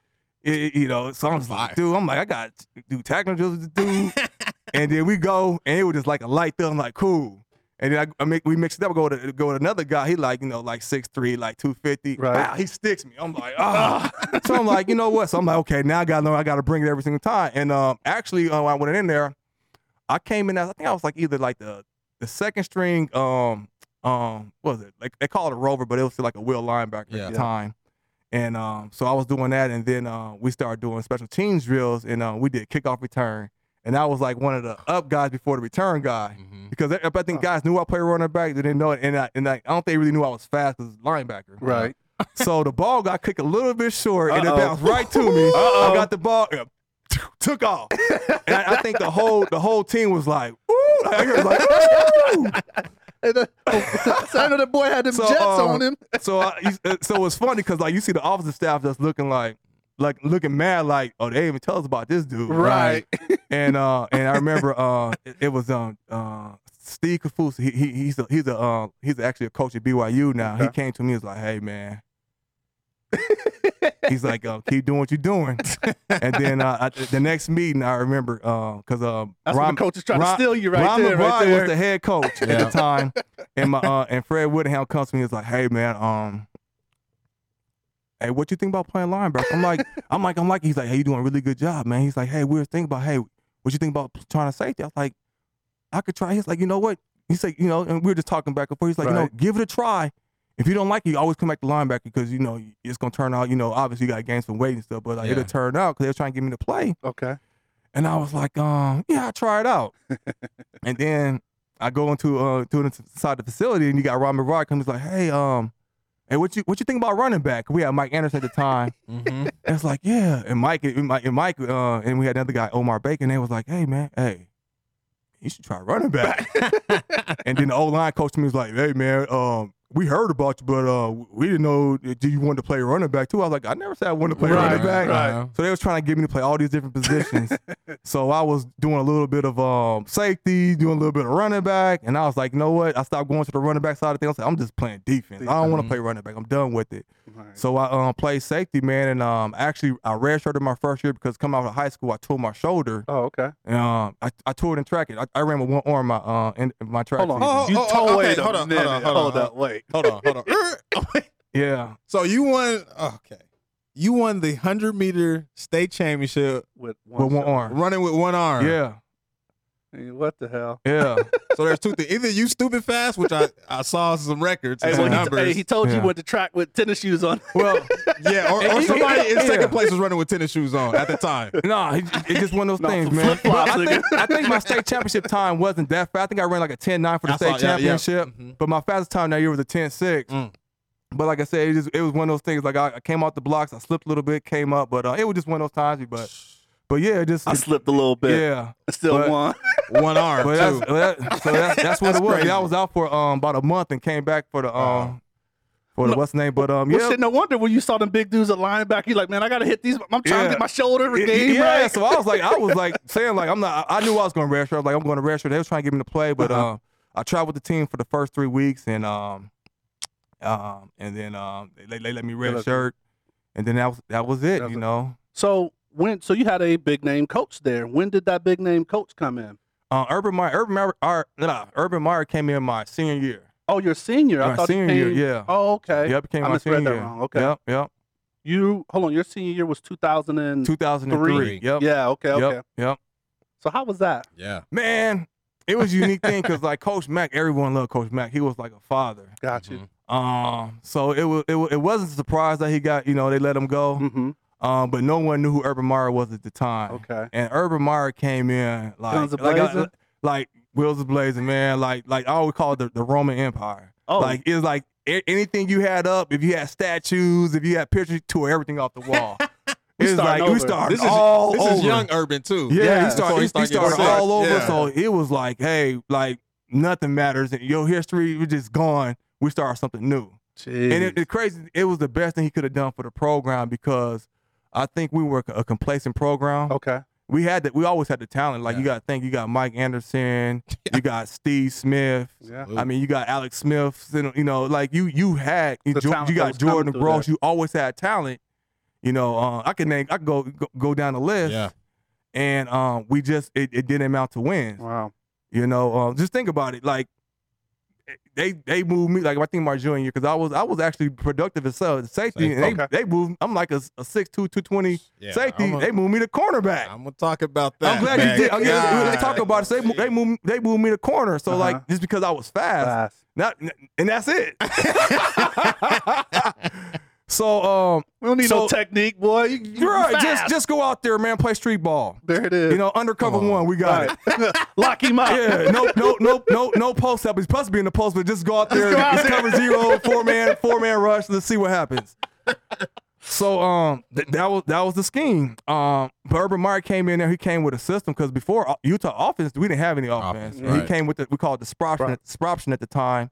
[SPEAKER 8] it, it- you know, so I'm just
[SPEAKER 7] Fire.
[SPEAKER 8] like, dude, I'm like, I got to do tackling drills with the dude. and then we go, and it was just like a light there. I'm like, cool. And then I, I make, we mix it up, go to go with another guy. He like, you know, like 6'3", like 250.
[SPEAKER 6] Right.
[SPEAKER 8] Wow, he sticks me. I'm like, ah. so I'm like, you know what? So I'm like, okay, now I gotta know I gotta bring it every single time. And um actually uh, when I went in there, I came in as I think I was like either like the the second string, um, um, what was it? Like they call it a rover, but it was still like a wheel linebacker
[SPEAKER 7] Yeah.
[SPEAKER 8] at the time. And um, so I was doing that, and then uh, we started doing special teams drills, and uh, we did kickoff return, and I was like one of the up guys before the return guy
[SPEAKER 6] Mm-hmm.
[SPEAKER 7] mhm.
[SPEAKER 8] because uh, I, I think guys knew I played running back, they didn't know it, and I, and I, I don't think they really knew I was fast as linebacker.
[SPEAKER 6] Right.
[SPEAKER 8] So the ball got kicked a little bit short, and it
[SPEAKER 6] Uh-oh.
[SPEAKER 8] bounced right to me.
[SPEAKER 6] Uh-oh.
[SPEAKER 8] I got the ball, uh, took off, and I, I think the whole the whole team was like, "Ooh!" I heard like, "Ooh!"
[SPEAKER 6] And then, oh, so I know that boy had them
[SPEAKER 8] So,
[SPEAKER 6] jets
[SPEAKER 8] uh,
[SPEAKER 6] on him.
[SPEAKER 8] so I, you- uh, so it's funny because like you see the officer staff just looking like like looking mad like oh they didn't even tell us about this dude
[SPEAKER 6] Right.
[SPEAKER 8] and uh and I remember uh it, it was um uh Steve Kafusa he, he he's a he's a uh, he's actually a coach at BYU now he
[SPEAKER 6] Okay.
[SPEAKER 8] came to me and was like hey man he's like uh, keep doing what you're doing and then uh, I, the next meeting I remember because uh,
[SPEAKER 6] That's
[SPEAKER 8] Ron-
[SPEAKER 6] when the coach is trying
[SPEAKER 8] Ron-
[SPEAKER 6] to steal you right
[SPEAKER 8] Ron
[SPEAKER 6] there. Right
[SPEAKER 8] McBride
[SPEAKER 6] there.
[SPEAKER 8] was the head coach at
[SPEAKER 7] Yeah.
[SPEAKER 8] the time, and my uh, and Fred Woodham comes to me. He's like, "Hey man, um, hey, what you think about playing linebacker?" I'm like, "I'm like, I'm like." He's like, "Hey, you doing a really good job, man." He's like, "Hey, we were thinking about, hey, what you think about trying to safety?" I was like, "I could try." He's like, "You know what?" He's like, "You know," and we were just talking back and forth. He's like, "You know,
[SPEAKER 6] Right.
[SPEAKER 8] give it a try." If you don't like it, you always come back to linebacker because you know it's gonna turn out. You know, obviously you got games from weight and stuff, but like,
[SPEAKER 7] Yeah.
[SPEAKER 8] it'll turn out because they're trying to get me to play.
[SPEAKER 6] okay.
[SPEAKER 8] And I was like, um, yeah, I try it out. and then I go into uh to inside the facility and you got Rob McBride comes like, hey, um, hey, what you what you think about running back? We had Mike Anderson at the time.
[SPEAKER 7] Mhm.
[SPEAKER 8] and it's like, yeah. And Mike and Mike and Mike, uh, and we had another guy, Omar Bacon, they was like, hey man, hey, you should try running back. and then the old line coach to me was like, hey man, um, we heard about you, but uh, we didn't know that you wanted to play running back too. I was like, I never said I wanted to play
[SPEAKER 6] Right,
[SPEAKER 8] running back.
[SPEAKER 7] right.
[SPEAKER 8] So they was trying to get me to play all these different positions. so I was doing a little bit of um, safety, doing a little bit of running back, and I was like, you know what? I stopped going to the running back side of things. I was like, I'm just playing defense. I don't want to play running back. I'm done with it. So I um, played safety, man, and um, actually I redshirted my first year because coming out of high school, I tore my shoulder.
[SPEAKER 6] Oh, okay.
[SPEAKER 8] And, um, I, I tore it in track. I, I ran with one arm, my uh, in my track.
[SPEAKER 6] Hold
[SPEAKER 8] season.
[SPEAKER 6] on.
[SPEAKER 7] Oh,
[SPEAKER 6] you
[SPEAKER 7] oh, oh,
[SPEAKER 6] told
[SPEAKER 7] okay,
[SPEAKER 6] wait a
[SPEAKER 7] hold on, hold
[SPEAKER 6] minute.
[SPEAKER 7] on,
[SPEAKER 6] Hold,
[SPEAKER 7] hold on, hold
[SPEAKER 6] up. Wait.
[SPEAKER 7] Hold on, hold on. Er,
[SPEAKER 8] Yeah.
[SPEAKER 7] so you won. Okay, you won the hundred meter state championship
[SPEAKER 6] With one,
[SPEAKER 8] With one
[SPEAKER 6] shot.
[SPEAKER 8] arm.
[SPEAKER 7] running with one arm.
[SPEAKER 8] Yeah.
[SPEAKER 6] Hey, What the hell?
[SPEAKER 8] Yeah.
[SPEAKER 7] So there's two things. Either you stupid fast, which I, I saw some records and
[SPEAKER 6] Hey,
[SPEAKER 7] some
[SPEAKER 6] well, he,
[SPEAKER 7] numbers.
[SPEAKER 6] hey, he told you
[SPEAKER 8] Yeah.
[SPEAKER 6] you went to track with tennis shoes on.
[SPEAKER 8] well,
[SPEAKER 7] yeah, or, or
[SPEAKER 8] he-
[SPEAKER 7] somebody in
[SPEAKER 8] yeah.
[SPEAKER 7] second place was running with tennis shoes on at the time.
[SPEAKER 8] nah, it- it's just one of those
[SPEAKER 6] No,
[SPEAKER 8] things,
[SPEAKER 6] some
[SPEAKER 8] man.
[SPEAKER 6] flip-flops,
[SPEAKER 8] I think,
[SPEAKER 6] nigga.
[SPEAKER 8] I think my state championship time wasn't that fast. I think I ran like a 10 9 for the
[SPEAKER 7] I
[SPEAKER 8] state
[SPEAKER 7] saw- yeah, yeah.
[SPEAKER 8] championship,
[SPEAKER 6] Mm-hmm.
[SPEAKER 7] Mhm.
[SPEAKER 8] but my fastest time that year was a 10 6.
[SPEAKER 7] Mm.
[SPEAKER 8] But like I said, it, just, it was one of those things. Like I, I came out the blocks, I slipped a little bit, came up, but uh, it was just one of those times. But but yeah, it just
[SPEAKER 6] I
[SPEAKER 8] it-
[SPEAKER 6] slipped a little bit.
[SPEAKER 8] yeah.
[SPEAKER 6] Still
[SPEAKER 8] but-
[SPEAKER 6] won.
[SPEAKER 7] One arm
[SPEAKER 8] But
[SPEAKER 7] too.
[SPEAKER 8] that's, that, so that's, that's what it was. Yeah, I was out for um about a month and came back for the um for the what's the name. But um
[SPEAKER 6] Well,
[SPEAKER 8] yeah,
[SPEAKER 6] shit, no wonder when you saw them big dudes at linebacker, you like, man, I gotta hit these. I'm trying
[SPEAKER 8] Yeah.
[SPEAKER 6] to get my shoulder
[SPEAKER 8] Yeah,
[SPEAKER 6] regained.
[SPEAKER 8] yeah,
[SPEAKER 6] right?
[SPEAKER 8] so I was like, I was like saying like I'm not. I I knew I was going to redshirt. I was like, I'm going to redshirt. They was trying to get me to play, but
[SPEAKER 6] Uh-huh.
[SPEAKER 8] uh I tried with the team for the first three weeks, and um, um, and then um, they, they let me
[SPEAKER 6] let
[SPEAKER 8] redshirt, and then that was that was it.
[SPEAKER 6] That's
[SPEAKER 8] you
[SPEAKER 6] it.
[SPEAKER 8] know,
[SPEAKER 6] So when so you had a big name coach there. When did that big name coach come in?
[SPEAKER 8] uh, Urban Meyer, Urban Meyer, our- nah, Urban Meyer came in my senior year.
[SPEAKER 6] Oh, your senior. I
[SPEAKER 8] My
[SPEAKER 6] thought he
[SPEAKER 8] senior year,
[SPEAKER 6] came-
[SPEAKER 8] yeah.
[SPEAKER 6] Oh, okay.
[SPEAKER 8] Yep, came
[SPEAKER 6] I
[SPEAKER 8] my
[SPEAKER 6] misread
[SPEAKER 8] senior
[SPEAKER 6] that
[SPEAKER 8] year.
[SPEAKER 6] wrong. Okay.
[SPEAKER 8] Yep, yep.
[SPEAKER 6] You hold on. Your senior year was 2003.
[SPEAKER 8] 2003. Yep.
[SPEAKER 6] Yeah. Okay.
[SPEAKER 8] Yep.
[SPEAKER 6] Okay.
[SPEAKER 8] Yep.
[SPEAKER 6] So how was that?
[SPEAKER 7] yeah.
[SPEAKER 8] Man, it was a unique thing because like Coach Mack, everyone loved Coach Mack. He was like a father.
[SPEAKER 6] Got you.
[SPEAKER 7] Mhm.
[SPEAKER 8] Um, so it was it, wa- it wasn't a surprise that he got you know they let him
[SPEAKER 6] Mm-hmm.
[SPEAKER 8] go. Um, but no one knew who Urban Meyer was at the time.
[SPEAKER 6] Okay.
[SPEAKER 8] And Urban Meyer came in like
[SPEAKER 6] Guns
[SPEAKER 8] like, I,
[SPEAKER 6] a-blazing?
[SPEAKER 8] like wheels blazing, man. Like like I always call it the, the Roman Empire.
[SPEAKER 6] Oh.
[SPEAKER 8] Like it's like a- anything you had up, if you had statues, if you had pictures, tore everything off the wall. it's like
[SPEAKER 6] starting
[SPEAKER 8] we
[SPEAKER 6] over.
[SPEAKER 8] started
[SPEAKER 7] This is
[SPEAKER 8] all
[SPEAKER 7] this
[SPEAKER 8] over.
[SPEAKER 7] is young urban too.
[SPEAKER 8] Yeah,
[SPEAKER 6] Yeah,
[SPEAKER 8] he started.
[SPEAKER 7] so
[SPEAKER 8] he,
[SPEAKER 7] he
[SPEAKER 8] he
[SPEAKER 7] started getting
[SPEAKER 8] started
[SPEAKER 7] sick.
[SPEAKER 8] all over.
[SPEAKER 7] Yeah.
[SPEAKER 8] So it was like, hey, like nothing matters. Your history was just gone. We start something new.
[SPEAKER 6] Jeez.
[SPEAKER 8] And it, it's crazy. It was the best thing he could have done for the program because I think we were a complacent program.
[SPEAKER 7] Oh.
[SPEAKER 6] okay.
[SPEAKER 8] We had that. We always had the talent. Like you got to think, you got Mike Anderson, you got Steve Smith.
[SPEAKER 6] Yeah.
[SPEAKER 8] I mean, you got Alex Smith. You know, you know, like you you had you,
[SPEAKER 6] The
[SPEAKER 8] Jo-
[SPEAKER 6] talent
[SPEAKER 8] you
[SPEAKER 6] that
[SPEAKER 8] got
[SPEAKER 6] was coming
[SPEAKER 8] Jordan
[SPEAKER 6] through
[SPEAKER 8] Gross. You always had talent. You know, uh, I can name. I can go, go go down the list
[SPEAKER 7] Yeah.
[SPEAKER 8] and um, we just it, it didn't amount to wins.
[SPEAKER 6] Wow.
[SPEAKER 8] You know, um, just think about it. Like they they moved me like I think my junior because I was I was actually productive as well as safety. And they
[SPEAKER 6] Okay.
[SPEAKER 8] they moved. I'm like a, a 6'2", 220
[SPEAKER 7] Yeah,
[SPEAKER 8] safety.
[SPEAKER 7] I'm a-
[SPEAKER 8] they moved me to cornerback.
[SPEAKER 7] I'm gonna talk about that.
[SPEAKER 8] I'm glad
[SPEAKER 7] man.
[SPEAKER 8] you did. Oh, yeah,
[SPEAKER 7] God.
[SPEAKER 8] they talk about it. They, mo- they moved they moved me to corner. So
[SPEAKER 6] Uh-huh.
[SPEAKER 8] like just because I was fast,
[SPEAKER 6] Fast.
[SPEAKER 8] not and that's it. so um,
[SPEAKER 6] We don't need no
[SPEAKER 8] So-
[SPEAKER 6] technique, boy. You, you
[SPEAKER 8] you're right. Just
[SPEAKER 6] fast.
[SPEAKER 8] just go out there, man. Play street ball.
[SPEAKER 6] there it is.
[SPEAKER 8] You know, undercover
[SPEAKER 7] Come on.
[SPEAKER 8] one. We got it.
[SPEAKER 6] lock him up.
[SPEAKER 8] Yeah, no, no, no, no, no post up. He's supposed to be in the post, but just go out there.
[SPEAKER 6] go out
[SPEAKER 8] It's
[SPEAKER 6] there.
[SPEAKER 8] cover zero, four man, four man rush. Let's see what happens. So um, th- that was that was the scheme. Um, but Urban Meyer came in there. He came with a system because before uh, Utah offense, we didn't have any offense.
[SPEAKER 7] Offense,
[SPEAKER 8] He
[SPEAKER 7] right.
[SPEAKER 8] came with the, we called it the Sproption,
[SPEAKER 6] Right.
[SPEAKER 8] Sproption at the time,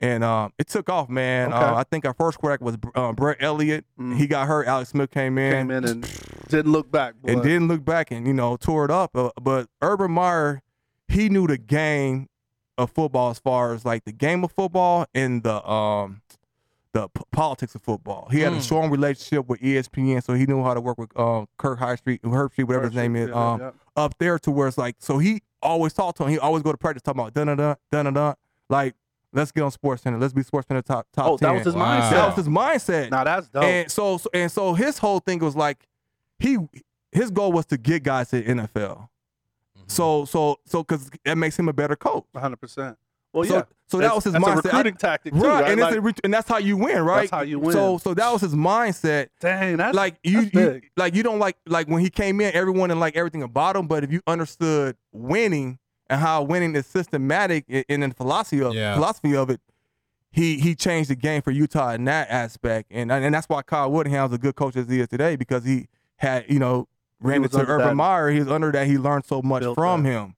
[SPEAKER 8] and um, it took off, man.
[SPEAKER 6] Okay.
[SPEAKER 8] Uh, I think our first quarterback was uh, Brett Elliott.
[SPEAKER 6] Mm.
[SPEAKER 8] He got hurt. Alex Smith came in
[SPEAKER 6] Came in and didn't look back. Boy.
[SPEAKER 8] and didn't look back and you know tore it up. Uh, but Urban Meyer, he knew the game of football as far as like the game of football and the um the p- politics of football. He had a
[SPEAKER 7] Mm.
[SPEAKER 8] strong relationship with E ESPN, so he knew how to work with um, Kirk High Street, Herb Street, whatever his name is,
[SPEAKER 6] Yeah,
[SPEAKER 8] um,
[SPEAKER 6] yeah.
[SPEAKER 8] up there to where it's like. So he always talked to him. He always go to practice talking about dun dun dun dun dun. Like let's get on Sports Center. Let's be Sports Center top top
[SPEAKER 6] Oh,
[SPEAKER 8] 10.
[SPEAKER 6] that was his
[SPEAKER 7] Wow.
[SPEAKER 6] mindset.
[SPEAKER 8] That was his mindset.
[SPEAKER 6] Now that's dope.
[SPEAKER 8] And so, so and so his whole thing was like he his goal was to get guys to the NFL. So so so because that makes him a better coach.
[SPEAKER 6] 100%. Well,
[SPEAKER 8] so
[SPEAKER 6] Oh, yeah.
[SPEAKER 8] so that
[SPEAKER 6] That's-
[SPEAKER 8] was his
[SPEAKER 6] that's
[SPEAKER 8] mindset.
[SPEAKER 6] A recruiting tactic,
[SPEAKER 8] I,
[SPEAKER 6] too,
[SPEAKER 8] right,
[SPEAKER 6] right?
[SPEAKER 8] and, it's
[SPEAKER 6] Like,
[SPEAKER 8] a re- and that's how you win, right?
[SPEAKER 6] That's how you win.
[SPEAKER 8] So so that was his mindset.
[SPEAKER 6] dang, that's
[SPEAKER 8] Like you,
[SPEAKER 6] that's
[SPEAKER 8] you
[SPEAKER 6] big.
[SPEAKER 8] like you don't like like when he came in, everyone and like everything about him. But if you understood winning and how winning is systematic i- in, the philosophy of
[SPEAKER 7] Yeah.
[SPEAKER 8] philosophy of it, he he changed the game for Utah in that aspect, and and that's why Kyle Woodham's a good coach as he is today because he had you know ran
[SPEAKER 6] was
[SPEAKER 8] into
[SPEAKER 6] under
[SPEAKER 8] Urban
[SPEAKER 6] that.
[SPEAKER 8] Meyer. He was under that. He learned so much
[SPEAKER 6] Built
[SPEAKER 8] from
[SPEAKER 6] that.
[SPEAKER 8] him.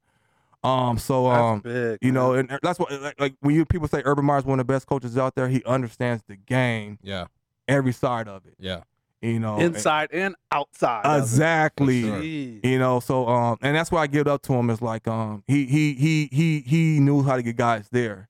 [SPEAKER 8] Um, so um,
[SPEAKER 6] big.
[SPEAKER 8] you know, and that's what like, like when you people say Urban Meyer's one of the best coaches out there, he understands the game,
[SPEAKER 7] Yeah,
[SPEAKER 8] every side of it.
[SPEAKER 7] yeah.
[SPEAKER 8] You know, and-
[SPEAKER 6] inside and outside. of it.
[SPEAKER 8] exactly.
[SPEAKER 7] For sure.
[SPEAKER 6] Jeez.
[SPEAKER 8] You know, so um, and that's why I give it up to him. Is like um, he he he he he knew how to get guys there,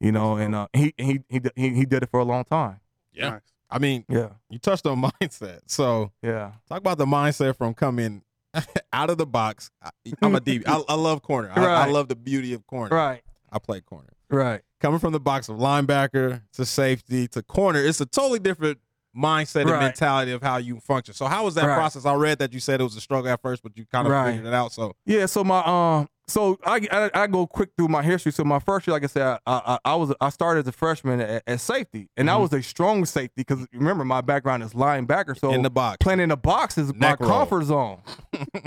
[SPEAKER 8] you know, and uh, he he he d- he he did it for a long time.
[SPEAKER 7] Yeah.
[SPEAKER 6] Nice.
[SPEAKER 7] I mean,
[SPEAKER 8] Yeah,
[SPEAKER 7] you touched on mindset. So
[SPEAKER 8] yeah,
[SPEAKER 7] talk about the mindset from coming out of the box. I, I'm a DB. I, I love corner. I, I
[SPEAKER 8] Right.
[SPEAKER 7] love the beauty of corner.
[SPEAKER 8] right,
[SPEAKER 7] I play corner.
[SPEAKER 8] right,
[SPEAKER 7] Coming from the box of linebacker to safety to corner, it's a totally different mindset and
[SPEAKER 8] Right.
[SPEAKER 7] mentality of how you function. So how was that
[SPEAKER 8] Right.
[SPEAKER 7] process? I read that you said it was a struggle at first, but you kind of
[SPEAKER 8] Right.
[SPEAKER 7] figured it out. So
[SPEAKER 8] yeah. So my um, so I, I I go quick through my history. So my first year, like I said, I I, I was I started as a freshman at, at safety, and I was a strong safety because remember my background is linebacker. So
[SPEAKER 7] in the box.
[SPEAKER 8] playing in the box is
[SPEAKER 7] Neck
[SPEAKER 8] my
[SPEAKER 7] roll.
[SPEAKER 8] comfort zone,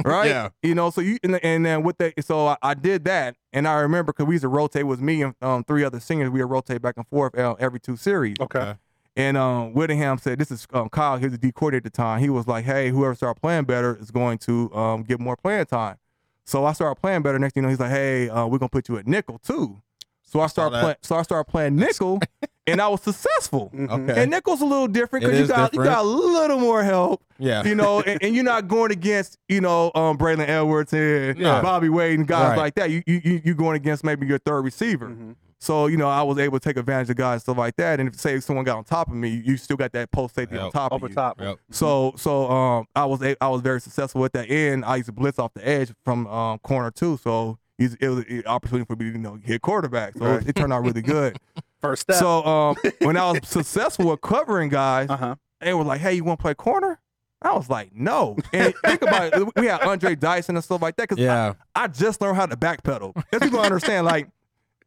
[SPEAKER 8] right?
[SPEAKER 7] Yeah.
[SPEAKER 8] You know, so you and, and then with that, so I, I did that, and I remember because we used to rotate with me and um, three other seniors. We would rotate back and forth uh, every two series.
[SPEAKER 6] Okay.
[SPEAKER 8] And um, Whittingham said, "This is um, Kyle. He was the D coordinator at the time. He was like, hey, whoever start playing better is going to um, get more playing time.' So I started playing better. Next thing you know, he's like, hey, uh, we're gonna put you at nickel too. So I started
[SPEAKER 7] that.
[SPEAKER 8] playing. So I started playing nickel, and I was successful.
[SPEAKER 7] Okay.
[SPEAKER 8] And nickel's a little different
[SPEAKER 7] It
[SPEAKER 8] because you
[SPEAKER 7] is
[SPEAKER 8] got
[SPEAKER 7] different.
[SPEAKER 8] you got a little more help
[SPEAKER 7] yeah.
[SPEAKER 8] you know, and, and you're not going against, you know, um, Braylon Edwards and
[SPEAKER 7] Yeah.
[SPEAKER 8] Bobby Wade and guys
[SPEAKER 7] Right. Mm-hmm.
[SPEAKER 8] like that. You you you- you going against maybe your third receiver.
[SPEAKER 6] Mm-hmm.
[SPEAKER 8] So you know, I was able to take advantage of guys stuff like that. And if say someone got on top of me, you still got that post safety on
[SPEAKER 7] Yep.
[SPEAKER 8] top
[SPEAKER 6] Over
[SPEAKER 8] of you.
[SPEAKER 6] top.
[SPEAKER 7] Yep.
[SPEAKER 8] So so um, I was a- I was very successful at that end. I used to blitz off the edge from um, corner too. So he's- it was an opportunity for me to you know hit quarterback. So
[SPEAKER 6] Right.
[SPEAKER 8] it turned out really good.
[SPEAKER 6] First step.
[SPEAKER 8] So um, when I was successful with covering guys,
[SPEAKER 6] uh huh.
[SPEAKER 8] they were like, "Hey, you want to play corner?" I was like, "No." And think about it. We had Andre Dyson and stuff like that. Cause
[SPEAKER 7] Yeah.
[SPEAKER 8] I, I just learned how to backpedal. If people understand, like,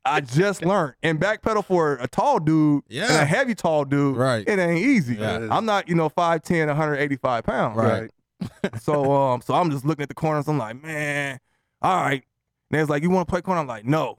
[SPEAKER 8] I just learned and backpedal for a tall dude, and
[SPEAKER 7] Yeah.
[SPEAKER 8] a heavy tall dude,
[SPEAKER 7] Right.
[SPEAKER 8] It ain't easy.
[SPEAKER 7] Yeah.
[SPEAKER 8] I'm not, you know, 5'10", 185 pounds,
[SPEAKER 7] Right.
[SPEAKER 8] So, um, so I'm just looking at the corners. I'm like, man, all right. And they was like, you want to play corner? I'm like, no.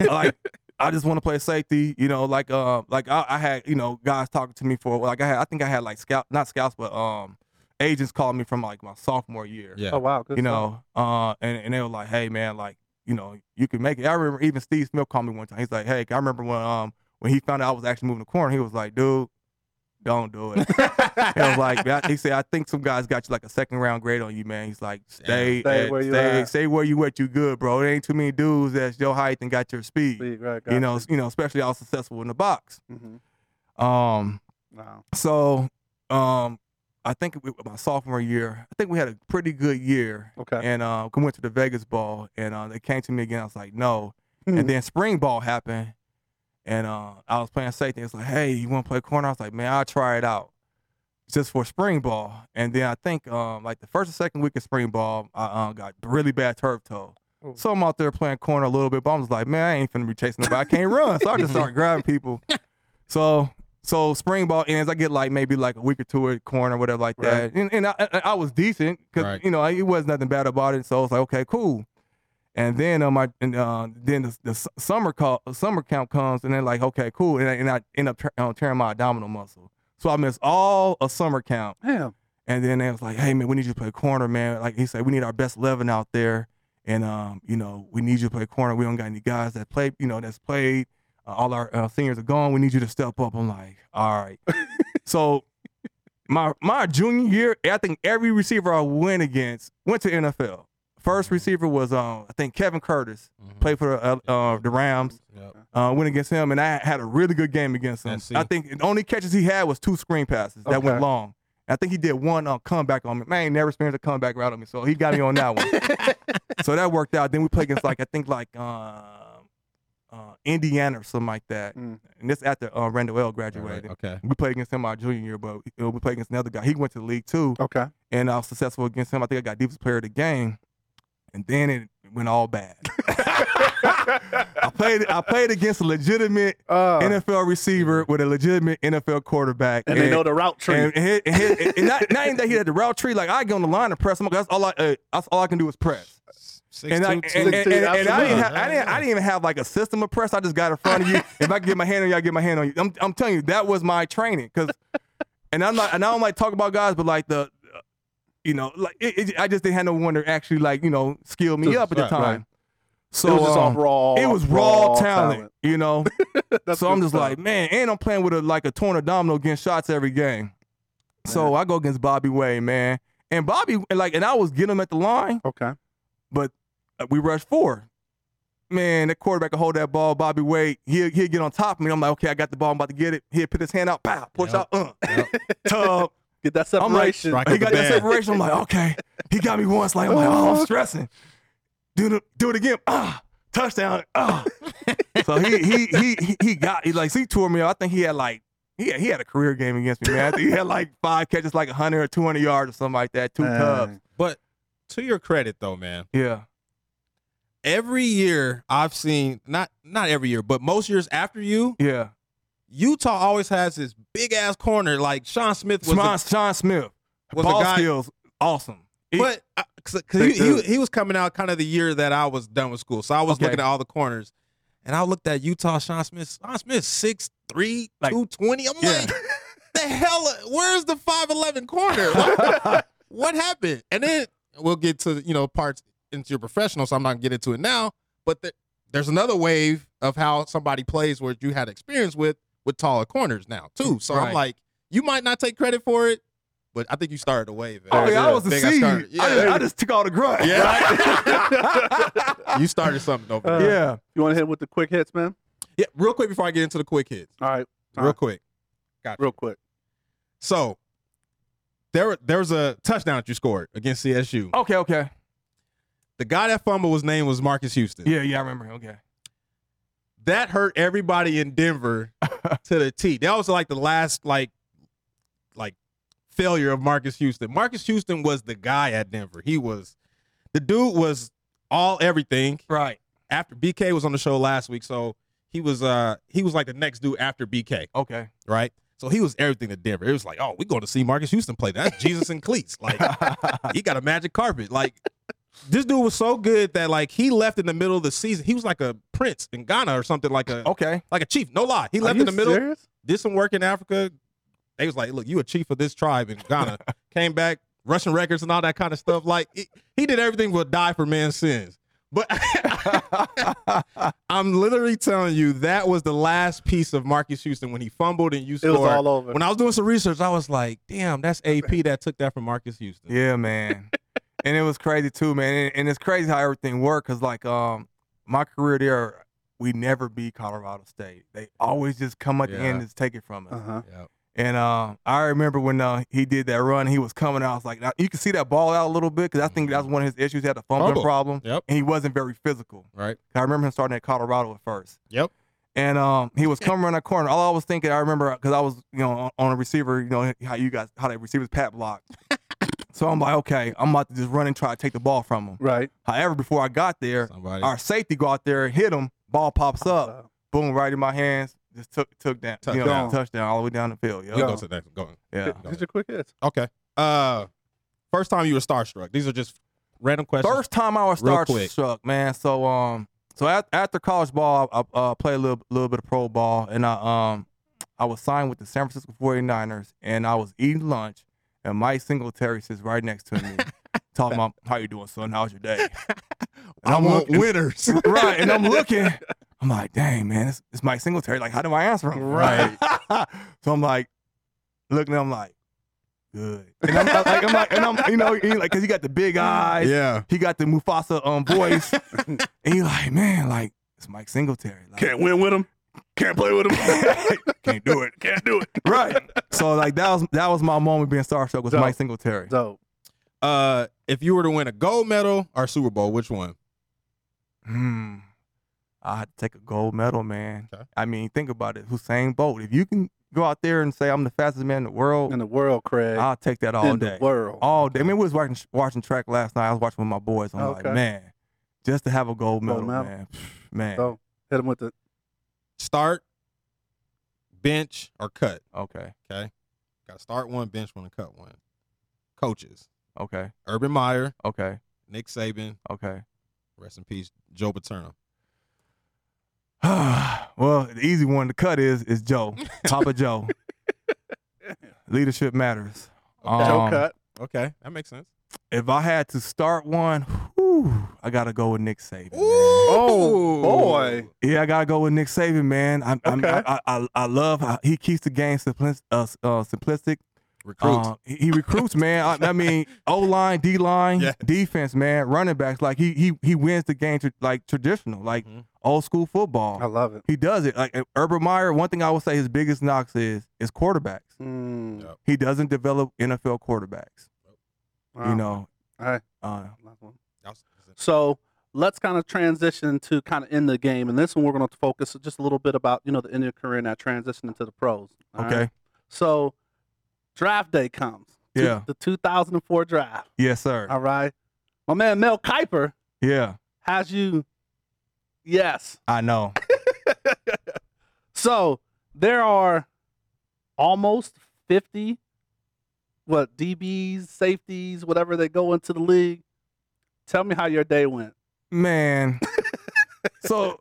[SPEAKER 8] like, I just want to play safety. You know, like, uh, like I, I had, you know, guys talking to me for like I had, I think I had like scout, not scouts, but um, agents called me from like my sophomore year.
[SPEAKER 7] Yeah.
[SPEAKER 6] Oh wow. Good
[SPEAKER 8] You
[SPEAKER 6] stuff.
[SPEAKER 8] know, uh, and, and they were like, hey man, like, you know, you can make it. I remember even Steve Smith called me one time. He's like, hey, I remember when um when he found out I was actually moving the corner, he was like, dude, don't do it. He was like, I- he said, I think some guys got you like a second round grade on you, man. He's like, stay,
[SPEAKER 6] Stay
[SPEAKER 8] at-
[SPEAKER 6] where you
[SPEAKER 8] stay,
[SPEAKER 6] at.
[SPEAKER 8] stay where you at. You good, bro. There ain't too many dudes that's your height and got your speed.
[SPEAKER 6] See, right,
[SPEAKER 8] You
[SPEAKER 6] gotcha.
[SPEAKER 8] know, s- you know, especially all successful in the box.
[SPEAKER 6] Mhm.
[SPEAKER 8] Um,
[SPEAKER 6] Wow.
[SPEAKER 8] so, um, I think we, my sophomore year, I think we had a pretty good year.
[SPEAKER 6] Okay.
[SPEAKER 8] And uh, we went to the Vegas ball, and uh, they came to me again. I was like, no.
[SPEAKER 6] Hmm.
[SPEAKER 8] And then spring ball happened, and uh, I was playing safety. It's like, hey, you want to play corner? I was like, man, I'll try it out just for spring ball. And then I think um, like the first or second week of spring ball, I uh, got really bad turf toe. So I'm out there playing corner a little bit, but I'm just like, man, I ain't finna be chasing nobody. I can't run. So I just start grabbing people. So so spring ball ends. I get like maybe like a week or two at corner, whatever like that. And, and I, I- I was decent because
[SPEAKER 7] Right.
[SPEAKER 8] you know it was nothing bad about it. So I was like, okay, cool. And then um, I, and, uh, then the, the su- summer call, summer camp comes, and they're like, okay, cool. And I, and I end up tear- uh, tearing my abdominal muscle, so I missed all a summer camp.
[SPEAKER 6] Damn.
[SPEAKER 8] And then they was like, hey man, we need you to play corner, man. Like he said, we need our best eleven out there, and um, you know, we need you to play corner. We don't got any guys that play, you know, that's played. Uh, all our uh, seniors are gone. We need you to step up. I'm like, all right. so my my junior year, I think every receiver I went against went to NFL. First receiver was um, I think Kevin Curtis played for uh, uh, the Rams.
[SPEAKER 7] Mm-hmm. Yep.
[SPEAKER 8] Uh, went against him, and I had a really good game against him.
[SPEAKER 7] I see.
[SPEAKER 8] I think the only catches he had was two screen passes that
[SPEAKER 6] Okay.
[SPEAKER 8] went long. I think he did one uh, comeback on me. Man, I ain't never experienced a comeback route on me, so he got me on that one. so that worked out. Then we played against like I think like uh, uh, Indiana or something like that,
[SPEAKER 6] Mm.
[SPEAKER 8] and this after uh, Randall L graduated.
[SPEAKER 7] Right, Okay.
[SPEAKER 8] We played against him our junior year, but uh, we played against another guy. He went to the league too,
[SPEAKER 6] Okay.
[SPEAKER 8] and I was successful against him. I think I got deepest player of the game, and then it went all bad. I played I played against a legitimate
[SPEAKER 6] Uh,
[SPEAKER 8] NFL receiver with a legitimate NFL quarterback,
[SPEAKER 6] and they know the route tree.
[SPEAKER 8] and, and, he- and, he- and not, not even that he had the route tree. Like I get on the line and press. I'm, that's all I. Uh, that's all I can do is press.
[SPEAKER 7] Six,
[SPEAKER 8] And I,
[SPEAKER 7] two,
[SPEAKER 8] and,
[SPEAKER 7] two.
[SPEAKER 8] and- and- and I
[SPEAKER 6] absolutely.
[SPEAKER 8] didn't have, I didn't. I didn't even have like a system of press. I just got in front of you. if I get my hand on you, I get my hand on you. I'm, I'm telling you, that was my training. Cause, and I'm not. And I don't like talk about guys, but like the, uh, you know, like it, it, I just didn't have no one to actually like you know skill me
[SPEAKER 7] Just-
[SPEAKER 8] up at the
[SPEAKER 7] right,
[SPEAKER 8] time.
[SPEAKER 7] right.
[SPEAKER 8] So
[SPEAKER 6] was just all
[SPEAKER 8] um,
[SPEAKER 6] raw-
[SPEAKER 8] It was
[SPEAKER 6] raw
[SPEAKER 8] raw, talent,
[SPEAKER 6] talent.
[SPEAKER 8] you know.
[SPEAKER 6] That's
[SPEAKER 8] so I'm
[SPEAKER 6] good
[SPEAKER 8] just
[SPEAKER 6] stuff.
[SPEAKER 8] like, man, and I'm playing with a like a torn abdominal getting shots every game. So I go against Bobby Wade, man, and Bobby and like, and I was getting him at the line,
[SPEAKER 6] okay,
[SPEAKER 8] but uh, we rushed four. Man, that quarterback could hold that ball. Bobby Wade, he'll, he'll get on top of me. I'm like, okay, I got the ball. I'm about to get it. He'll put his hand out, pow, push
[SPEAKER 7] Yep.
[SPEAKER 8] out, uh, tub.
[SPEAKER 6] get that
[SPEAKER 8] I'm like,
[SPEAKER 6] separation.
[SPEAKER 7] Strike
[SPEAKER 8] he
[SPEAKER 7] at the
[SPEAKER 8] got that
[SPEAKER 7] band.
[SPEAKER 8] separation. I'm like, okay, he got me once. Like, I'm like, oh, I'm stressing. Do the, do it again. Ah, touchdown. Ah. so he he he he- he got he like so he tore me. Up. I think he had like he had, he had a career game against me, man. I think he had like five catches, like 100 or 200 yards or something like that. Two
[SPEAKER 6] Dang.
[SPEAKER 8] tubs.
[SPEAKER 7] But to your credit, though, man,
[SPEAKER 8] Yeah.
[SPEAKER 7] every year I've seen not not every year, but most years after you,
[SPEAKER 8] Yeah.
[SPEAKER 7] Utah always has this big ass corner. Like Sean Smith was,
[SPEAKER 8] Sean,
[SPEAKER 7] a,
[SPEAKER 8] Sean Smith.
[SPEAKER 7] was a
[SPEAKER 8] ball
[SPEAKER 7] guy,
[SPEAKER 8] skills, awesome. He-
[SPEAKER 7] but I- cause, 'cause
[SPEAKER 6] They
[SPEAKER 7] he, he,
[SPEAKER 6] do.
[SPEAKER 7] he was coming out kind of the year that I was done with school, so I was
[SPEAKER 8] Okay.
[SPEAKER 7] looking at all the corners, and I looked at Utah Sean Smith. Sean Smith six three
[SPEAKER 8] Like-
[SPEAKER 7] two twenty. I'm
[SPEAKER 8] Yeah.
[SPEAKER 7] like, the hell? Where's the five eleven corner? What, what happened? And then we'll get to you know parts into your professional, so I'm not gonna get into it now. But the, there's another wave of how somebody plays where you had experience with with taller corners now too. So I'm
[SPEAKER 8] Right.
[SPEAKER 7] like, you might not take credit for it, but I think you started the wave.
[SPEAKER 8] oh, yeah, I was the
[SPEAKER 7] Think
[SPEAKER 8] seed. I,
[SPEAKER 7] started-
[SPEAKER 8] just, I just took all the grunt.
[SPEAKER 7] yeah. you started something over there.
[SPEAKER 8] yeah.
[SPEAKER 6] You want to hit with the quick hits, man?
[SPEAKER 7] Yeah, real quick before I get into the quick hits.
[SPEAKER 6] All right,
[SPEAKER 7] Real quick.
[SPEAKER 6] real quick.
[SPEAKER 7] So there there was a touchdown that you scored against CSU.
[SPEAKER 8] Okay, okay.
[SPEAKER 7] The guy that fumbled was named was Marcus Houston.
[SPEAKER 8] Yeah, yeah, I remember. Okay.
[SPEAKER 7] That hurt everybody in Denver to the T. That was like the last like like failure of Marcus Houston. Marcus Houston was the guy at Denver. He was the dude was all everything.
[SPEAKER 8] Right.
[SPEAKER 7] After BK was on the show last week, so he was uh he was like the next dude after BK.
[SPEAKER 8] Okay.
[SPEAKER 7] right? So he was everything to Denver. It was like, oh, we're going to see Marcus Houston play. That's Jesus and cleats. Like he got a magic carpet. Like this dude was so good that like he left in the middle of the season. He was like a prince in Ghana or something like a
[SPEAKER 8] Okay.
[SPEAKER 7] like a chief. No lie, he
[SPEAKER 6] Oh. Are
[SPEAKER 7] left
[SPEAKER 6] you
[SPEAKER 7] in the middle.
[SPEAKER 6] serious?
[SPEAKER 7] Did some work in Africa. They was like, look, you a chief of this tribe in Ghana. Came back, Russian records and all that kind of stuff. Like it- he did everything but die for man's sins. But I'm literally telling you that was the last piece of Marcus Houston when he fumbled and you
[SPEAKER 6] It
[SPEAKER 7] scored.
[SPEAKER 6] was all over.
[SPEAKER 7] When I was doing some research, I was like, damn, that's AP that took that from Marcus Houston.
[SPEAKER 8] Yeah, man. and it was crazy too, man. And, and it's crazy how everything worked because, like, um, my career there, we never beat Colorado State. They always just come at the
[SPEAKER 7] Yeah.
[SPEAKER 8] end and just take it from us.
[SPEAKER 6] uh huh.
[SPEAKER 8] And uh, I remember when uh, he did that run, he was coming out. I was like, now- you can see that ball out a little bit because I think that's one of his issues. He had a fumbling
[SPEAKER 7] Mm-hmm. Fumble.
[SPEAKER 8] problem,
[SPEAKER 7] Yep.
[SPEAKER 8] and he wasn't very physical.
[SPEAKER 7] Right.
[SPEAKER 8] I remember him starting at Colorado at first.
[SPEAKER 7] Yep.
[SPEAKER 8] And um, he was coming around that corner. All I was thinking, I remember because I was, you know, on- on a receiver, you know, how you guys, how that receiver's pat block. so I'm like, okay, I'm about to just run and try to take the ball from him.
[SPEAKER 6] Right.
[SPEAKER 8] However, before I got there,
[SPEAKER 7] Somebody.
[SPEAKER 8] our safety go out there, hit him, ball pops up,
[SPEAKER 6] Uh,
[SPEAKER 8] boom, right in my hands, just took took down, you know,
[SPEAKER 7] Touchdown.
[SPEAKER 8] touchdown all the way down the field.
[SPEAKER 7] We
[SPEAKER 8] Yeah,
[SPEAKER 7] go to the next one. Go on.
[SPEAKER 8] yeah.
[SPEAKER 6] hit- Hit your quick hits.
[SPEAKER 7] Okay. Uh first time you were starstruck. These are just random questions.
[SPEAKER 8] First time I was
[SPEAKER 7] Real quick.
[SPEAKER 8] starstruck, man. So um, so at, after college ball, I, I uh, played a little little bit of pro ball, and I um, I was signed with the San Francisco 49ers, and I was eating lunch, and Mike Singletary sits right next to me, talking about how you doing, son? How's your day?
[SPEAKER 7] I
[SPEAKER 8] I'm
[SPEAKER 7] want
[SPEAKER 8] looking-
[SPEAKER 7] winners.
[SPEAKER 8] right, and I'm looking. I'm like, dang, man, it's, it's Mike Singletary. Like, how do I answer him?
[SPEAKER 7] Right.
[SPEAKER 8] so I'm like, looking, I'm like, good. And I'm, I'm like, I'm like, and I'm, you know, he like, cause he got the
[SPEAKER 7] Uh,
[SPEAKER 8] big eyes.
[SPEAKER 7] yeah.
[SPEAKER 8] He got the Mufasa um voice. and he like, man, like, it's Mike Singletary. Like,
[SPEAKER 6] Can't win with him. Can't play with him.
[SPEAKER 8] can't do it.
[SPEAKER 6] Can't do it.
[SPEAKER 8] Right. So like that was that was my moment being starstruck with
[SPEAKER 6] Dope.
[SPEAKER 8] Mike Singletary.
[SPEAKER 6] Dope.
[SPEAKER 7] Uh, if you were to win a gold medal or Super Bowl, which one?
[SPEAKER 8] Hmm. I had to take a gold medal, man.
[SPEAKER 7] Okay.
[SPEAKER 8] I mean, think about it. Hussein Bolt. If you can go out there and say I'm the fastest man in the world,
[SPEAKER 6] In the world, Craig.
[SPEAKER 8] I'll take that Oh. all
[SPEAKER 6] in
[SPEAKER 8] day.
[SPEAKER 6] the world.
[SPEAKER 8] All day. I mean, we was watching watching track last night. I was watching with my boys. I'm
[SPEAKER 6] Okay.
[SPEAKER 8] like, man, just to have a gold medal,
[SPEAKER 6] Gold medal.
[SPEAKER 8] man. pff, Man.
[SPEAKER 6] Dope. Hit him with the
[SPEAKER 7] Start, bench, or cut?
[SPEAKER 8] Okay.
[SPEAKER 7] Got to start one, bench one, and cut one. Coaches:
[SPEAKER 8] Okay.
[SPEAKER 7] Urban Meyer,
[SPEAKER 8] Okay.
[SPEAKER 7] Nick Saban,
[SPEAKER 8] Okay.
[SPEAKER 7] rest in peace, Joe Paterno.
[SPEAKER 8] well, the easy one to cut is is Joe, Papa Joe. Leadership matters.
[SPEAKER 7] Okay.
[SPEAKER 8] Um,
[SPEAKER 6] Joe cut.
[SPEAKER 7] Okay, that makes sense.
[SPEAKER 8] If I had to start one, whew, Ooh, I gotta go with Nick Saban. man.
[SPEAKER 6] Oh boy.
[SPEAKER 8] Yeah, I gotta go with Nick Saban, man. I I
[SPEAKER 6] Okay.
[SPEAKER 8] I, I, I, I love how he keeps the game simplis- uh, uh, simplistic.
[SPEAKER 7] Recruits.
[SPEAKER 8] Uh, he, he recruits, man. I, I mean, O line, D line,
[SPEAKER 7] Yeah.
[SPEAKER 8] defense, man, running backs. Like he he he wins the game tr like traditional, like old school football.
[SPEAKER 6] Mm-hmm. I love it.
[SPEAKER 8] He does it. Like uh, Urban Meyer, one thing I would say his biggest knocks is is quarterbacks.
[SPEAKER 6] Mm,
[SPEAKER 8] He doesn't develop NFL quarterbacks.
[SPEAKER 6] wow.
[SPEAKER 8] You know.
[SPEAKER 6] All right.
[SPEAKER 8] Uh,
[SPEAKER 6] So let's kind of transition to kind of end the game, and this one we're going to focus just a little bit about you know the end of your career and that transition into the pros. all right?
[SPEAKER 8] okay.
[SPEAKER 6] So draft day comes. Two-
[SPEAKER 8] Yeah.
[SPEAKER 6] The 2004 draft.
[SPEAKER 8] Yes, sir.
[SPEAKER 6] All right. My man Mel Kiper
[SPEAKER 8] yeah.
[SPEAKER 6] has you. Yes.
[SPEAKER 8] I know.
[SPEAKER 6] So there are almost 50 what DBs, safeties, whatever they go into the league. Tell me how your day went.
[SPEAKER 8] Man. so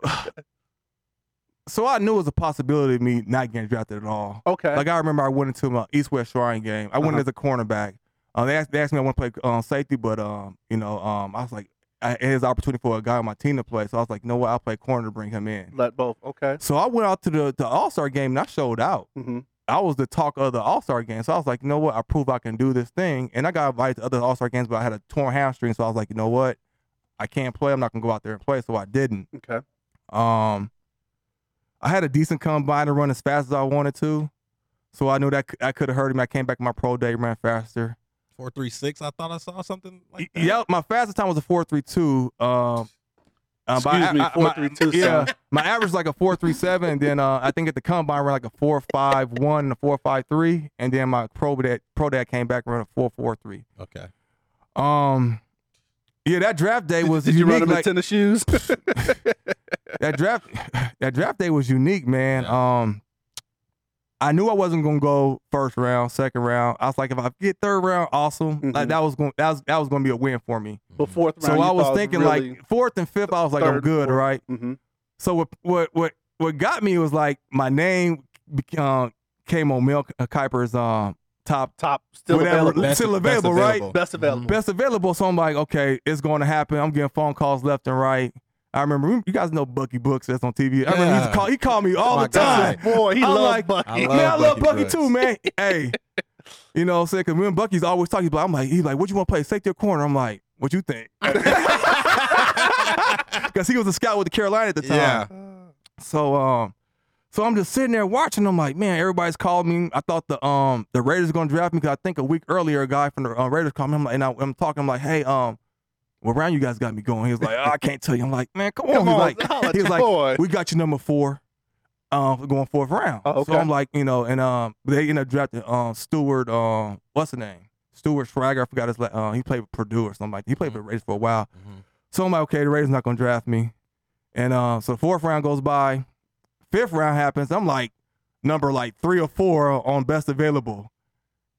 [SPEAKER 8] so I knew it was a possibility of me not getting drafted at all.
[SPEAKER 6] Okay.
[SPEAKER 8] Like I remember I went into my East West Shrine game. I went
[SPEAKER 6] Uh-huh.
[SPEAKER 8] as a cornerback. Uh, they asked they asked me I want to play um, safety, but um, you know, um, I was like, I, it is an opportunity for a guy on my team to play. So I was like, you know what, I'll play corner to bring him in.
[SPEAKER 6] Let both. Okay.
[SPEAKER 8] So I went out to the, the All Star game and I showed out.
[SPEAKER 7] Mm-hmm.
[SPEAKER 6] hmm
[SPEAKER 8] I was the talk of the All Star game. So I was like, you know what? I prove I can do this thing. And I got invited to other All Star games, but I had a torn hamstring. So I was like, you know what? I can't play. I'm not gonna go out there and play. So I didn't.
[SPEAKER 6] Okay.
[SPEAKER 8] Um, I had a decent combine to run as fast as I wanted to. So I knew that c- I could have hurt him. I came back my pro day, ran faster.
[SPEAKER 7] Four three six. I thought I saw something like that.
[SPEAKER 8] Yeah, my fastest time was a four three two. Um, uh, but
[SPEAKER 6] Excuse
[SPEAKER 8] I-
[SPEAKER 6] me,
[SPEAKER 8] I- my-
[SPEAKER 6] 4.32,
[SPEAKER 8] Yeah,
[SPEAKER 6] sir.
[SPEAKER 8] my average is like a four three seven. And then uh, I think at the combine I ran like a four five one and a four five three. And then my pro dad pro dad came back and ran a four four three.
[SPEAKER 7] Okay.
[SPEAKER 8] Um, yeah, that draft day was
[SPEAKER 6] Did you run
[SPEAKER 8] unique,
[SPEAKER 6] them in
[SPEAKER 8] like-
[SPEAKER 6] tennis shoes?
[SPEAKER 8] that draft that draft day was unique, man. Um I knew I wasn't gonna go first round, second round. I was like, if I get third round, awesome.
[SPEAKER 6] Mhm.
[SPEAKER 8] Like that was going that was that was gonna be a win for me.
[SPEAKER 6] but fourth round.
[SPEAKER 8] so I was thinking like fourth and fifth, I was like, I'm
[SPEAKER 6] third,
[SPEAKER 8] good,
[SPEAKER 6] fourth.
[SPEAKER 8] right?
[SPEAKER 6] hmm
[SPEAKER 8] So what what what what got me was like my name bec- uh, came on Mel Kiper's um top
[SPEAKER 6] top still
[SPEAKER 8] whatever,
[SPEAKER 6] available,
[SPEAKER 7] Best-
[SPEAKER 8] still
[SPEAKER 7] best
[SPEAKER 8] available, right?
[SPEAKER 7] available. Mm-hmm.
[SPEAKER 6] best available.
[SPEAKER 8] best available. So I'm like, okay, it's going to happen. I'm getting phone calls left and right. I remember you guys know Bucky Brooks that's on TV. I remember he, used
[SPEAKER 7] Yeah. Oh
[SPEAKER 8] to call, he called me all
[SPEAKER 7] My
[SPEAKER 8] the time.
[SPEAKER 7] God.
[SPEAKER 6] Boy, he
[SPEAKER 8] I'm
[SPEAKER 6] loves
[SPEAKER 8] like-
[SPEAKER 6] Bucky.
[SPEAKER 7] I
[SPEAKER 8] man,
[SPEAKER 7] love
[SPEAKER 8] I love
[SPEAKER 7] Bucky
[SPEAKER 8] Bucky too, man. hey, you know what I'm saying? Because when Bucky's always talking, but I'm like, he's like, what you want to play? Safety or corner? I'm like, what you think? Because he was a scout with the Carolina at the time.
[SPEAKER 7] Yeah.
[SPEAKER 8] So um, so I'm just sitting there watching. I'm like, man, everybody's calling me. I thought the um the Raiders gonna draft me because I think a week earlier a guy from the uh, Raiders called me. I'm like, and I, am talking. I'm like, hey, um, what round you guys got me going? He was like, oh, I can't tell you. I'm like, man, come on.
[SPEAKER 6] Come
[SPEAKER 8] He's
[SPEAKER 6] on,
[SPEAKER 8] like,
[SPEAKER 6] holla at
[SPEAKER 8] he was
[SPEAKER 6] your
[SPEAKER 8] like,
[SPEAKER 6] boy.
[SPEAKER 8] we got you number four. Um, going fourth round.
[SPEAKER 6] Oh, okay.
[SPEAKER 8] So I'm like, you know, and um, they end up drafting um Stewart. Um, what's the name? Stewart Schrager. I forgot his. la- Uh, he played with Purdue or something like. He played
[SPEAKER 6] Mm-hmm.
[SPEAKER 8] with the Raiders for a while. So I'm like, okay, the Raiders not gonna draft me. And uh, so the fourth round goes by, fifth round happens. I'm like number like three or four on best available.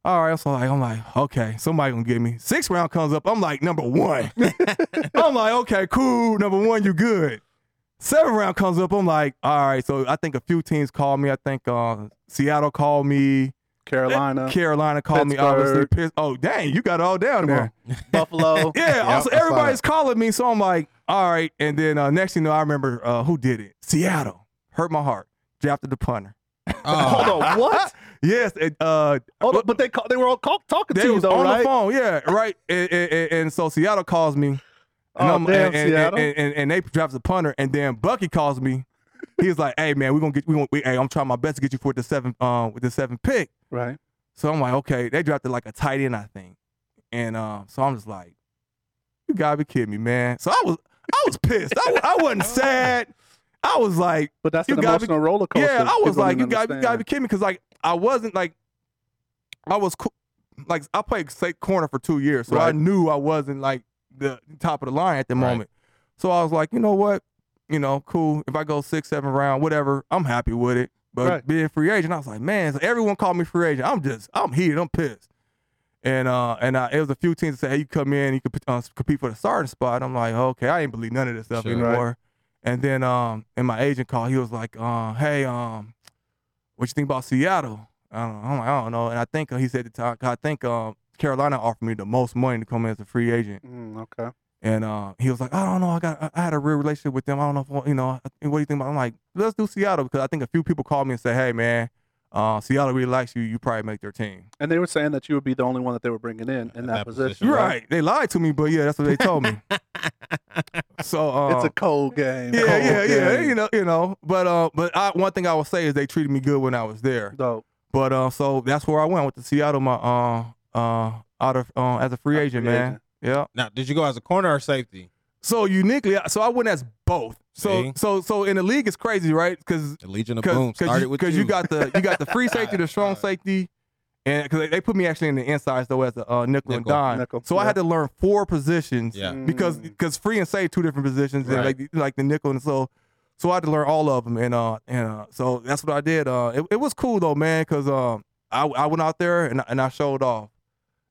[SPEAKER 8] All right, so like I'm like, okay, somebody gonna get me. Sixth round comes up, I'm like number one. I'm like, okay, cool, number one, you good. Seventh round comes up, I'm like, all right, so I think a few teams called me. I think uh, Seattle called me,
[SPEAKER 6] Carolina,
[SPEAKER 8] Carolina called me, obviously.
[SPEAKER 6] Uh, Pittsburgh.
[SPEAKER 8] Pitts- Oh, dang, you got it all down there.
[SPEAKER 6] Buffalo.
[SPEAKER 8] Yeah.
[SPEAKER 6] Yep,
[SPEAKER 8] also,
[SPEAKER 6] I saw that.
[SPEAKER 8] everybody's calling me, so I'm like, all right. And then uh, next thing you know, I remember uh, who did it. Seattle hurt my heart. Drafted the punter.
[SPEAKER 7] Oh,
[SPEAKER 6] Hold on, what?
[SPEAKER 8] Yes. It, uh,
[SPEAKER 6] Hold on, but they call, they were all call, talking
[SPEAKER 8] they
[SPEAKER 6] to you
[SPEAKER 8] was
[SPEAKER 6] though,
[SPEAKER 8] on
[SPEAKER 6] right?
[SPEAKER 8] the phone. Yeah. Right. And, and- and- and so Seattle calls me. And
[SPEAKER 6] Oh,
[SPEAKER 8] I'm-
[SPEAKER 6] damn,
[SPEAKER 8] and, and-
[SPEAKER 6] Seattle.
[SPEAKER 8] And, and- and they drafted the punter, and then Bucky calls me. He's like, "Hey man, we're gonna get we gonna, we, hey, I'm trying my best to get you for the seven um with the seven pick."
[SPEAKER 6] right.
[SPEAKER 8] So I'm like, okay, they drafted like a tight end, I think. And um, so I'm just like, you gotta be kidding me, man. So I was I was pissed. I, wa- I wasn't sad. I was like,
[SPEAKER 6] But that's
[SPEAKER 8] You
[SPEAKER 6] an
[SPEAKER 8] gotta be-
[SPEAKER 6] emotional roller coaster.
[SPEAKER 8] yeah, I was
[SPEAKER 6] People
[SPEAKER 8] like,
[SPEAKER 6] don't
[SPEAKER 8] you gotta, you gotta be
[SPEAKER 6] understand.
[SPEAKER 8] kidding me, because like I wasn't like I was co- like I played safe corner for two years, so I
[SPEAKER 6] Right.
[SPEAKER 8] knew I wasn't like the top of the line at the
[SPEAKER 7] Right.
[SPEAKER 8] moment. So I was like, you know what, you know, cool. If I go six, seven round, whatever, I'm happy with it. But
[SPEAKER 6] Right.
[SPEAKER 8] being free agent, I was like, man, so everyone called me free agent. I'm just, I'm heated, I'm pissed. And uh, and I, it was a few teams that said, hey, you come in, you could uh, compete for the starting spot. I'm like, okay, I ain't believe none of this stuff
[SPEAKER 7] Sure. Right.
[SPEAKER 8] anymore. And then um, and my agent called. He was like, uh, hey, um, what you think about Seattle? I don't, know. I'm like, I don't know. And I uh, think uh, he said the time. I think um, Carolina offered me the most money to come in as a free agent.
[SPEAKER 6] Mm, okay.
[SPEAKER 8] And uh, he was like, I don't know. I got I- I had a real relationship with them. I don't know if I want- you know. I- What do you think about? I'm like, let's do Seattle because I think a few people called me and said, Hey man, uh, Seattle really likes you. You probably make their team.
[SPEAKER 6] And they were saying that you would be the only one that they were bringing in in that,
[SPEAKER 7] that
[SPEAKER 6] position.
[SPEAKER 7] position. You're
[SPEAKER 8] They lied to me, but yeah, that's what they told me. so uh,
[SPEAKER 6] It's a cold game.
[SPEAKER 8] yeah,
[SPEAKER 6] cold
[SPEAKER 8] yeah, yeah.
[SPEAKER 6] game.
[SPEAKER 8] You know, you know. But uh, but I, one thing I will say is they treated me good when I was there.
[SPEAKER 6] Dope.
[SPEAKER 8] But uh, so that's where I went with the Seattle. My uh, uh, out of uh, as a free agent, man.
[SPEAKER 6] agent.
[SPEAKER 8] Yeah.
[SPEAKER 7] Now, did you go as a corner or safety?
[SPEAKER 8] So uniquely, so I went as both. So
[SPEAKER 7] See?
[SPEAKER 8] so so in the league, it's crazy, right? Because
[SPEAKER 7] The Legion of Boom
[SPEAKER 8] because
[SPEAKER 7] started
[SPEAKER 8] you,
[SPEAKER 7] with
[SPEAKER 8] 'cause you got the you got the free safety, the strong
[SPEAKER 7] Alright.
[SPEAKER 8] safety, and because they, they put me actually in the inside though as a uh, nickel, and
[SPEAKER 7] Nickel.
[SPEAKER 8] dime.
[SPEAKER 6] Nickel,
[SPEAKER 8] So I had to learn four positions.
[SPEAKER 7] Yeah. Mm.
[SPEAKER 8] because because free and safe two different positions and
[SPEAKER 7] Right.
[SPEAKER 8] like like the nickel and so so I had to learn all of them and uh and uh so that's what I did uh it, it was cool though man because um I I went out there and I- and I showed off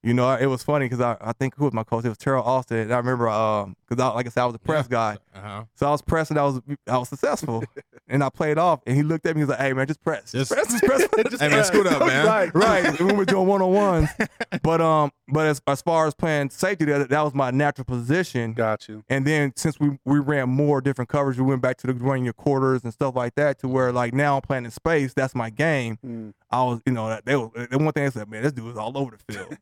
[SPEAKER 8] you know it was funny because I, I think who was my coach it was Terrell Austin and I remember um because I like I said I was a press guy
[SPEAKER 7] Uh-huh.
[SPEAKER 8] so I was pressing I was I was successful and I played off and he looked at me he was like hey man just press just
[SPEAKER 7] Just-
[SPEAKER 8] press just press
[SPEAKER 7] Hey, man, scoot up, man.
[SPEAKER 8] right, right. when we're doing one on ones. But um, but as, as far as playing safety, that, that was my natural position.
[SPEAKER 6] Got you.
[SPEAKER 8] And then since we we ran more different coverage, we went back to the running your quarters and stuff like that. To where like now I'm playing in space, that's my game.
[SPEAKER 6] Mm.
[SPEAKER 8] I was, you know, that they was, the one thing I said, man, this dude is all over the field.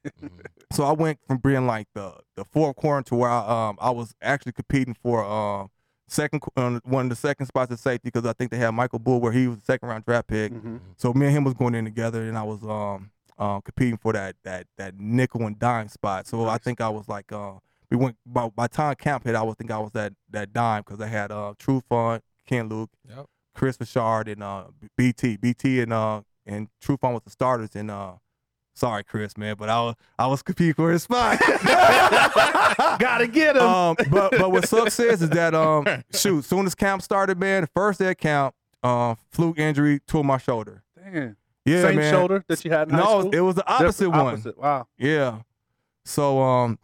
[SPEAKER 8] so I went from being like the the fourth corner to where I, um I was actually competing for um second qu- um, one of the second spots at safety because I think they had Michael Bull where he was the second round draft pick.
[SPEAKER 6] Mhm.
[SPEAKER 8] So me and him was going in together, and I was um uh, competing for that that that nickel and dime spot. So I think I was like uh we went by by the time camp hit, I would think I was that that dime because I had uh True Fun, Ken Luke,
[SPEAKER 7] Yep.
[SPEAKER 8] Chris Richard, and uh B- BT, BT and uh and True Fun was the starters and uh. Sorry, Chris, man, but I was I was competing for his spot.
[SPEAKER 6] Gotta get him.
[SPEAKER 8] um, but but what sucks is is that um shoot, soon as camp started, man, the first day of camp, uh, fluke injury, tore my shoulder.
[SPEAKER 6] Damn.
[SPEAKER 8] Yeah,
[SPEAKER 6] Same
[SPEAKER 8] man.
[SPEAKER 6] shoulder that you had in high
[SPEAKER 8] No,
[SPEAKER 6] school?
[SPEAKER 8] it was the opposite
[SPEAKER 6] Different-
[SPEAKER 8] one.
[SPEAKER 6] Opposite. Wow.
[SPEAKER 8] Yeah. So um,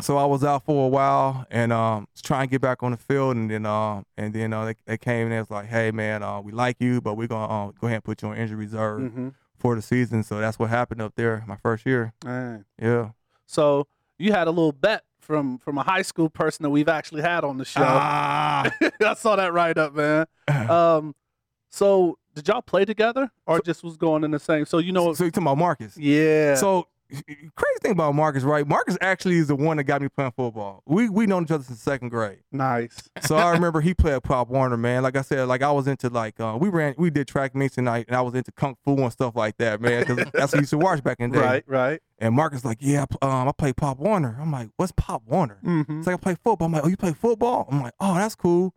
[SPEAKER 8] so I was out for a while and um, was trying to get back on the field and then um, and then uh, they, they came and they was like, hey man, uh, we like you, but we're gonna uh, go ahead and put you on injury reserve
[SPEAKER 6] Mm-hmm.
[SPEAKER 8] for the season. So that's what happened up there my first year. Yeah.
[SPEAKER 6] So you had a little bet from from a high school person that we've actually had on the show.
[SPEAKER 7] Ah,
[SPEAKER 6] I saw that right up, man. Um, so did y'all play together or just was going in the same? So you know,
[SPEAKER 8] so you talking about Marcus?
[SPEAKER 6] yeah.
[SPEAKER 8] So crazy thing about Marcus, right? Marcus actually is the one that got me playing football. We we known each other since second grade.
[SPEAKER 6] nice.
[SPEAKER 8] So I remember he played Pop Warner, man. Like I said, like I was into like uh, we ran, we did track meets tonight, and I was into kung fu and stuff like that, man. 'cause that's what you used to watch back in the day.
[SPEAKER 6] Right. Right.
[SPEAKER 8] And Marcus like, yeah, I pl- um, I play Pop Warner. I'm like, what's Pop Warner?
[SPEAKER 6] Mm-hmm.
[SPEAKER 8] It's like I play football. I'm like, oh, you play football? I'm like, oh, that's cool.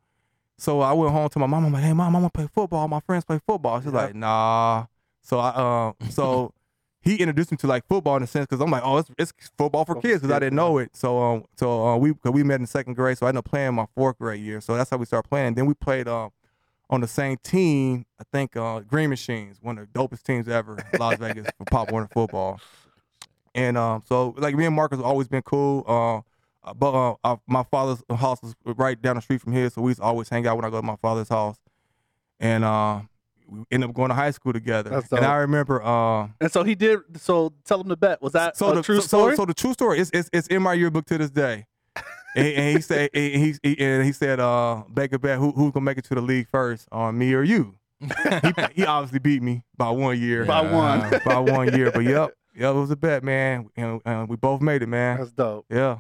[SPEAKER 8] So I went home to my mom. I'm like, hey, mom, I'm gonna play football. My friends play football. She's
[SPEAKER 6] Yeah.
[SPEAKER 8] like, nah. So I um, so he introduced me to like football in a sense because I'm like, oh, it's, it's football for
[SPEAKER 6] Oh,
[SPEAKER 8] kids because I
[SPEAKER 6] yeah.
[SPEAKER 8] didn't know it. So um, so uh, we cause we met in second grade. So I ended up playing my fourth grade year. So that's how we started playing. Then we played um on the same team. I think uh, Green Machines, one of the dopest teams ever, in Las Vegas for Pop Warner football. And um, so like me and Marcus have always been cool. Uh, uh, but uh, uh, my father's house was right down the street from here, so we used to always hang out when I go to my father's house, and uh, we ended up going to high school together.
[SPEAKER 6] That's
[SPEAKER 8] and I
[SPEAKER 6] dope.
[SPEAKER 8] remember. Uh,
[SPEAKER 6] And so he did. So tell him the bet. Was that
[SPEAKER 8] so
[SPEAKER 6] a
[SPEAKER 8] the
[SPEAKER 6] true
[SPEAKER 8] so,
[SPEAKER 6] story?
[SPEAKER 8] So, the true story is it's, it's in my yearbook to this day. and, and he said and he, he- and he said uh Baker bet who who's gonna make it to the league first on me or you? he, he obviously beat me by one year.
[SPEAKER 6] By one.
[SPEAKER 8] Uh, by one year. But yep, yep, it was a bet, man. And, and we both made it, man.
[SPEAKER 6] That's dope.
[SPEAKER 8] Yeah.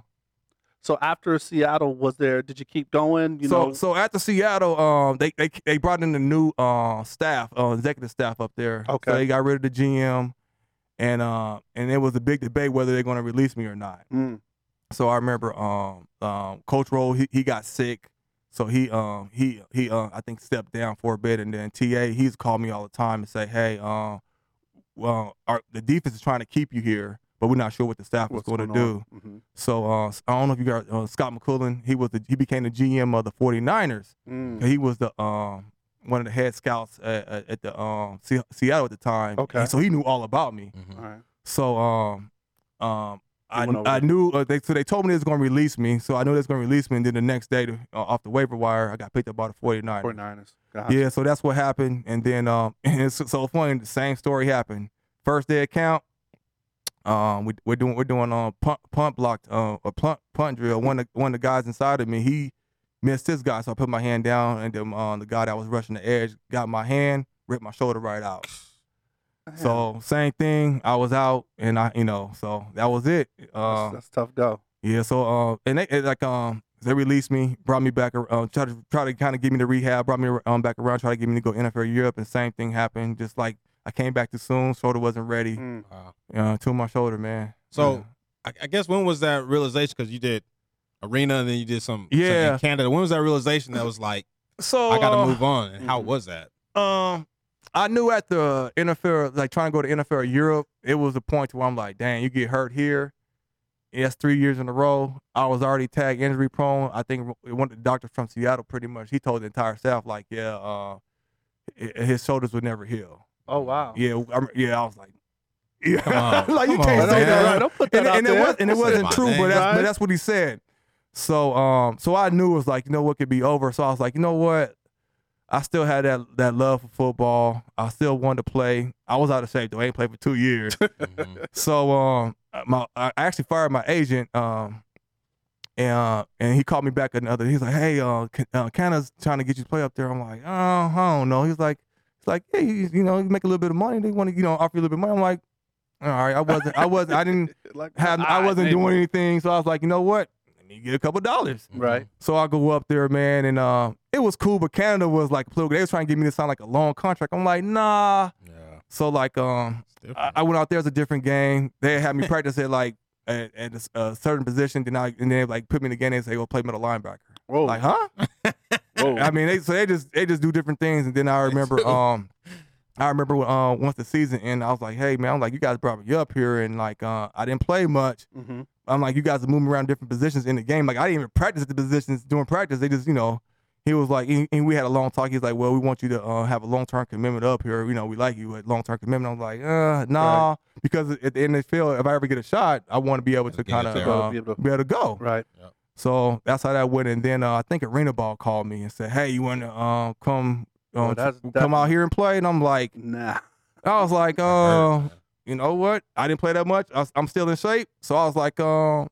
[SPEAKER 6] So after Seattle was there, did you keep going? You
[SPEAKER 8] so
[SPEAKER 6] know,
[SPEAKER 8] so after Seattle, um, they they they brought in a new uh staff, uh, executive staff up there.
[SPEAKER 6] Okay.
[SPEAKER 8] So they got rid of the GM, and uh and it was a big debate whether they're going to release me or not.
[SPEAKER 6] Mm,
[SPEAKER 8] So I remember um um Coach Roll he, he got sick. So he um he he uh I think stepped down for a bit and then TA he's called me all the time and say, Hey, um well our the defense is trying to keep you here, but we're not sure what the staff was
[SPEAKER 6] what's
[SPEAKER 8] gonna
[SPEAKER 6] going
[SPEAKER 8] do.
[SPEAKER 6] on? Mhm.
[SPEAKER 8] So uh I don't know if you got uh, Scott McCullen, he was the he became the GM of the 49ers.
[SPEAKER 6] Mm.
[SPEAKER 8] He was the um one of the head scouts at, at, at the um Se- Seattle at the time.
[SPEAKER 6] Okay.
[SPEAKER 8] So he knew all about me.
[SPEAKER 7] Mm-hmm.
[SPEAKER 6] All right.
[SPEAKER 8] So um um
[SPEAKER 6] You
[SPEAKER 8] I,
[SPEAKER 6] went over
[SPEAKER 8] I
[SPEAKER 6] there.
[SPEAKER 8] knew uh, they so they told me they was gonna release me. So I knew they was gonna release me, and then the next day to, uh, off the waiver wire, I got picked up by the 49.
[SPEAKER 6] 49ers. Gotcha.
[SPEAKER 8] Yeah, so that's what happened, and then um and it's so funny. The same story happened. First day of camp, Um, we, we're doing we're doing um pump pump blocked uh, a pump punt drill. One of the, one of the guys inside of me he missed this guy, so I put my hand down, and then um, the guy that was rushing the edge got my hand, ripped my shoulder right out. So same thing. I was out, and I you know so that was it.
[SPEAKER 6] that's,
[SPEAKER 8] Uh,
[SPEAKER 6] that's tough go.
[SPEAKER 8] yeah. So uh, and they it, like um they released me, brought me back, ar- uh, try to try to kind of get me to rehab, brought me ar- um back around, try to get me to go NFL Europe, and same thing happened. Just like I came back too soon, shoulder wasn't ready.
[SPEAKER 6] Mm.
[SPEAKER 8] Uh, to my shoulder, man.
[SPEAKER 7] So I, I guess when was that realization? Because you did arena and then you did some something
[SPEAKER 8] Yeah. Oh.
[SPEAKER 7] in Canada. When was that realization that was like
[SPEAKER 8] so
[SPEAKER 7] I got to move on? And how
[SPEAKER 8] Mm-hmm.
[SPEAKER 6] mhm.
[SPEAKER 7] was that?
[SPEAKER 8] Um, I knew at the NFL, like trying to go to NFL Europe, it was a point to where I'm like, dang, you get hurt here. Yes, three years in a row. I was already tagged injury prone. I think one the doctor from Seattle pretty much he told the entire staff like, yeah, uh, hi- his shoulders would never heal.
[SPEAKER 6] Oh wow.
[SPEAKER 8] Yeah, I'm, yeah. I was like, yeah,
[SPEAKER 7] Come on,
[SPEAKER 8] like you
[SPEAKER 7] come
[SPEAKER 8] can't
[SPEAKER 7] on,
[SPEAKER 8] say
[SPEAKER 7] man.
[SPEAKER 8] that.
[SPEAKER 6] Don't put that
[SPEAKER 8] and,
[SPEAKER 6] out
[SPEAKER 8] and
[SPEAKER 6] there.
[SPEAKER 8] It was, and it
[SPEAKER 7] Don't say
[SPEAKER 8] wasn't
[SPEAKER 7] my
[SPEAKER 8] true,
[SPEAKER 7] name,
[SPEAKER 8] but that's,
[SPEAKER 6] right?
[SPEAKER 8] but that's what he said. So um, so I knew it was like you know what could be over. So I was like, you know what, I still had that that love for football. I still wanted to play. I was out of shape though. I ain't played for two years.
[SPEAKER 7] Mhm.
[SPEAKER 8] so um, my I actually fired my agent um. And, uh, and he called me back another. He's like, "Hey, uh, K- uh Canada's trying to get you to play up there." I'm like, "Oh, I don't know." He's like, "He's like, hey, you, you know, you make a little bit of money. They want to, you know, offer you a little bit of money." I'm like, "All right, I wasn't, I wasn't, I didn't,
[SPEAKER 6] Like,
[SPEAKER 8] had I
[SPEAKER 6] alright,
[SPEAKER 8] wasn't
[SPEAKER 6] maybe.
[SPEAKER 8] doing anything, so I was like, you know what? Let me get a couple dollars.
[SPEAKER 6] Right.
[SPEAKER 8] So I go up there, man, and uh, it was cool, but Canada was like political. They was trying to get me to sign like a long contract. I'm like, nah.
[SPEAKER 7] Yeah,
[SPEAKER 8] So like, um,
[SPEAKER 7] it's different.
[SPEAKER 8] I, I went out there as a different game. They had me practice at like at, at a, s- a certain position, then I and then like put me in the game and say, go play middle linebacker.
[SPEAKER 6] Whoa. Mm-hmm.
[SPEAKER 8] Like, huh?
[SPEAKER 6] whoa.
[SPEAKER 8] I mean, they so they just they just do different things, and then I remember um, I remember when, uh, once the season ended, I was like, hey man, I'm like, you guys brought me up here, and like uh, I didn't play much.
[SPEAKER 6] hmm
[SPEAKER 8] I'm like, you guys are moving around different positions in the game. Like, I didn't even practice the positions during practice. They just, you know, he was like, and and we had a long talk. He's like, well, we want you to uh, have a long term commitment up here. You know, we like you at long term commitment. I was like, uh, nah, because at the end of the field, if I ever get a shot, I want to be able to
[SPEAKER 7] Get it
[SPEAKER 8] kind of
[SPEAKER 7] there.
[SPEAKER 8] uh,
[SPEAKER 6] Be able to-
[SPEAKER 8] be able to go.
[SPEAKER 6] Right.
[SPEAKER 8] So that's how that went. And then uh, I think Arena Ball called me and said, hey, you want to uh, come
[SPEAKER 6] Oh,
[SPEAKER 8] uh,
[SPEAKER 6] that's-
[SPEAKER 8] come
[SPEAKER 6] that-
[SPEAKER 8] out here and play? And I'm like,
[SPEAKER 6] Nah.
[SPEAKER 8] I was like,
[SPEAKER 7] hurt,
[SPEAKER 8] uh,
[SPEAKER 7] man.
[SPEAKER 8] you know what? I didn't play that much. I, am still in shape, so I was like, um,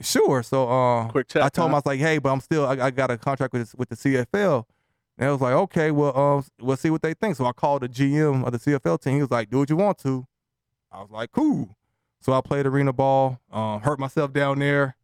[SPEAKER 8] sure. So, uh,
[SPEAKER 6] Quick check,
[SPEAKER 8] I told him
[SPEAKER 6] huh?
[SPEAKER 8] I was like, hey, but I'm still. I, I got a contract with with the CFL, and I was like, okay, well, um, we'll see what they think. So I called the GM of the CFL team. He was like, do what you want to. I was like, cool. So I played arena ball. Um, hurt myself down there,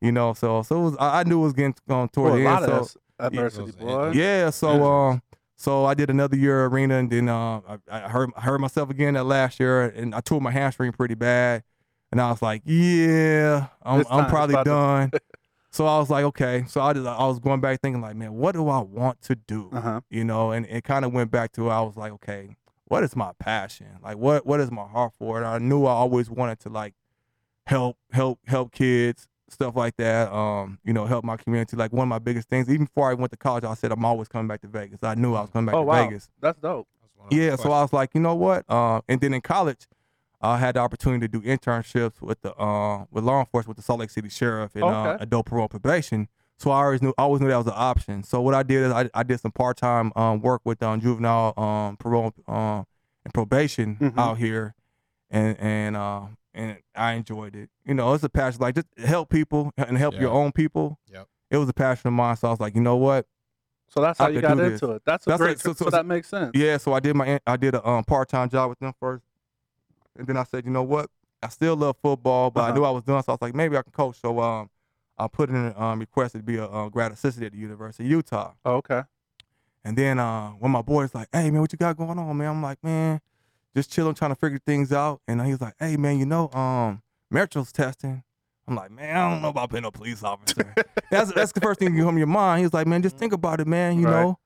[SPEAKER 8] you know. So so it was, I, I knew it was getting um, toward
[SPEAKER 6] Well, a
[SPEAKER 8] the
[SPEAKER 6] lot
[SPEAKER 8] end.
[SPEAKER 6] of
[SPEAKER 8] so,
[SPEAKER 6] that's adversity,
[SPEAKER 7] those-
[SPEAKER 6] boy.
[SPEAKER 8] yeah, so um, so I did another year at arena, and then uh, I, I hurt I hurt myself again that last year, and I tore my hamstring pretty bad, and I was like, yeah, I'm
[SPEAKER 6] This time
[SPEAKER 8] I'm
[SPEAKER 6] it's
[SPEAKER 8] probably
[SPEAKER 6] about to-
[SPEAKER 8] done. so I was like, okay, so I just, I was going back thinking like, man, what do I want to do?
[SPEAKER 6] Uh huh.
[SPEAKER 8] You know, and it kind of went back to I was like, okay, what is my passion? Like, what what is my heart for? And I knew I always wanted to like help help help kids stuff like that um you know help my community like one of my biggest things even before i went to college i said i'm always coming back to vegas i knew i was coming back
[SPEAKER 6] Oh
[SPEAKER 8] to
[SPEAKER 6] wow.
[SPEAKER 8] vegas
[SPEAKER 6] That's dope.
[SPEAKER 7] That's one of my
[SPEAKER 8] yeah so i was like you know what uh, and then in college i had the opportunity to do internships with the uh, with law enforcement with the salt lake city sheriff and uh,
[SPEAKER 6] Okay.
[SPEAKER 8] adult parole and probation so i always knew I always knew that was an option so what i did is i, I did some part-time um, work with um, juvenile um, parole um, and probation
[SPEAKER 6] Mhm.
[SPEAKER 7] Mm-hmm.
[SPEAKER 8] out here and and uh, and I enjoyed it. You know, it's a passion. Like just help people and help
[SPEAKER 7] Yeah.
[SPEAKER 8] your own people.
[SPEAKER 7] Yep.
[SPEAKER 8] It was a passion of mine. So I was like, you know what?
[SPEAKER 6] So that's how
[SPEAKER 8] I
[SPEAKER 6] you
[SPEAKER 8] could
[SPEAKER 6] got
[SPEAKER 8] do
[SPEAKER 6] into
[SPEAKER 8] this.
[SPEAKER 6] it. That's a
[SPEAKER 8] That's
[SPEAKER 6] great.
[SPEAKER 8] like- so-
[SPEAKER 6] so,
[SPEAKER 8] so-
[SPEAKER 6] that makes sense.
[SPEAKER 8] Yeah. So I did my I did a um, part time job with them first, and then I said, you know what? I still love football, but I
[SPEAKER 6] Uh-huh.
[SPEAKER 8] knew I was done. So I was like, maybe I can coach. So um, I put in a um, request to be a uh, grad assistant at the University of Utah.
[SPEAKER 6] Oh, okay.
[SPEAKER 8] And then uh, when my boy's like, "Hey man, what you got going on, man?" I'm like, "Man, just chilling, trying to figure things out." And he's like, "Hey man, you know, um, Metro's testing." I'm like, "Man, I don't know about being a police officer." that's that's the first thing you come to your mind. He's like, "Man, just think about it, man. You
[SPEAKER 6] Right.
[SPEAKER 8] know."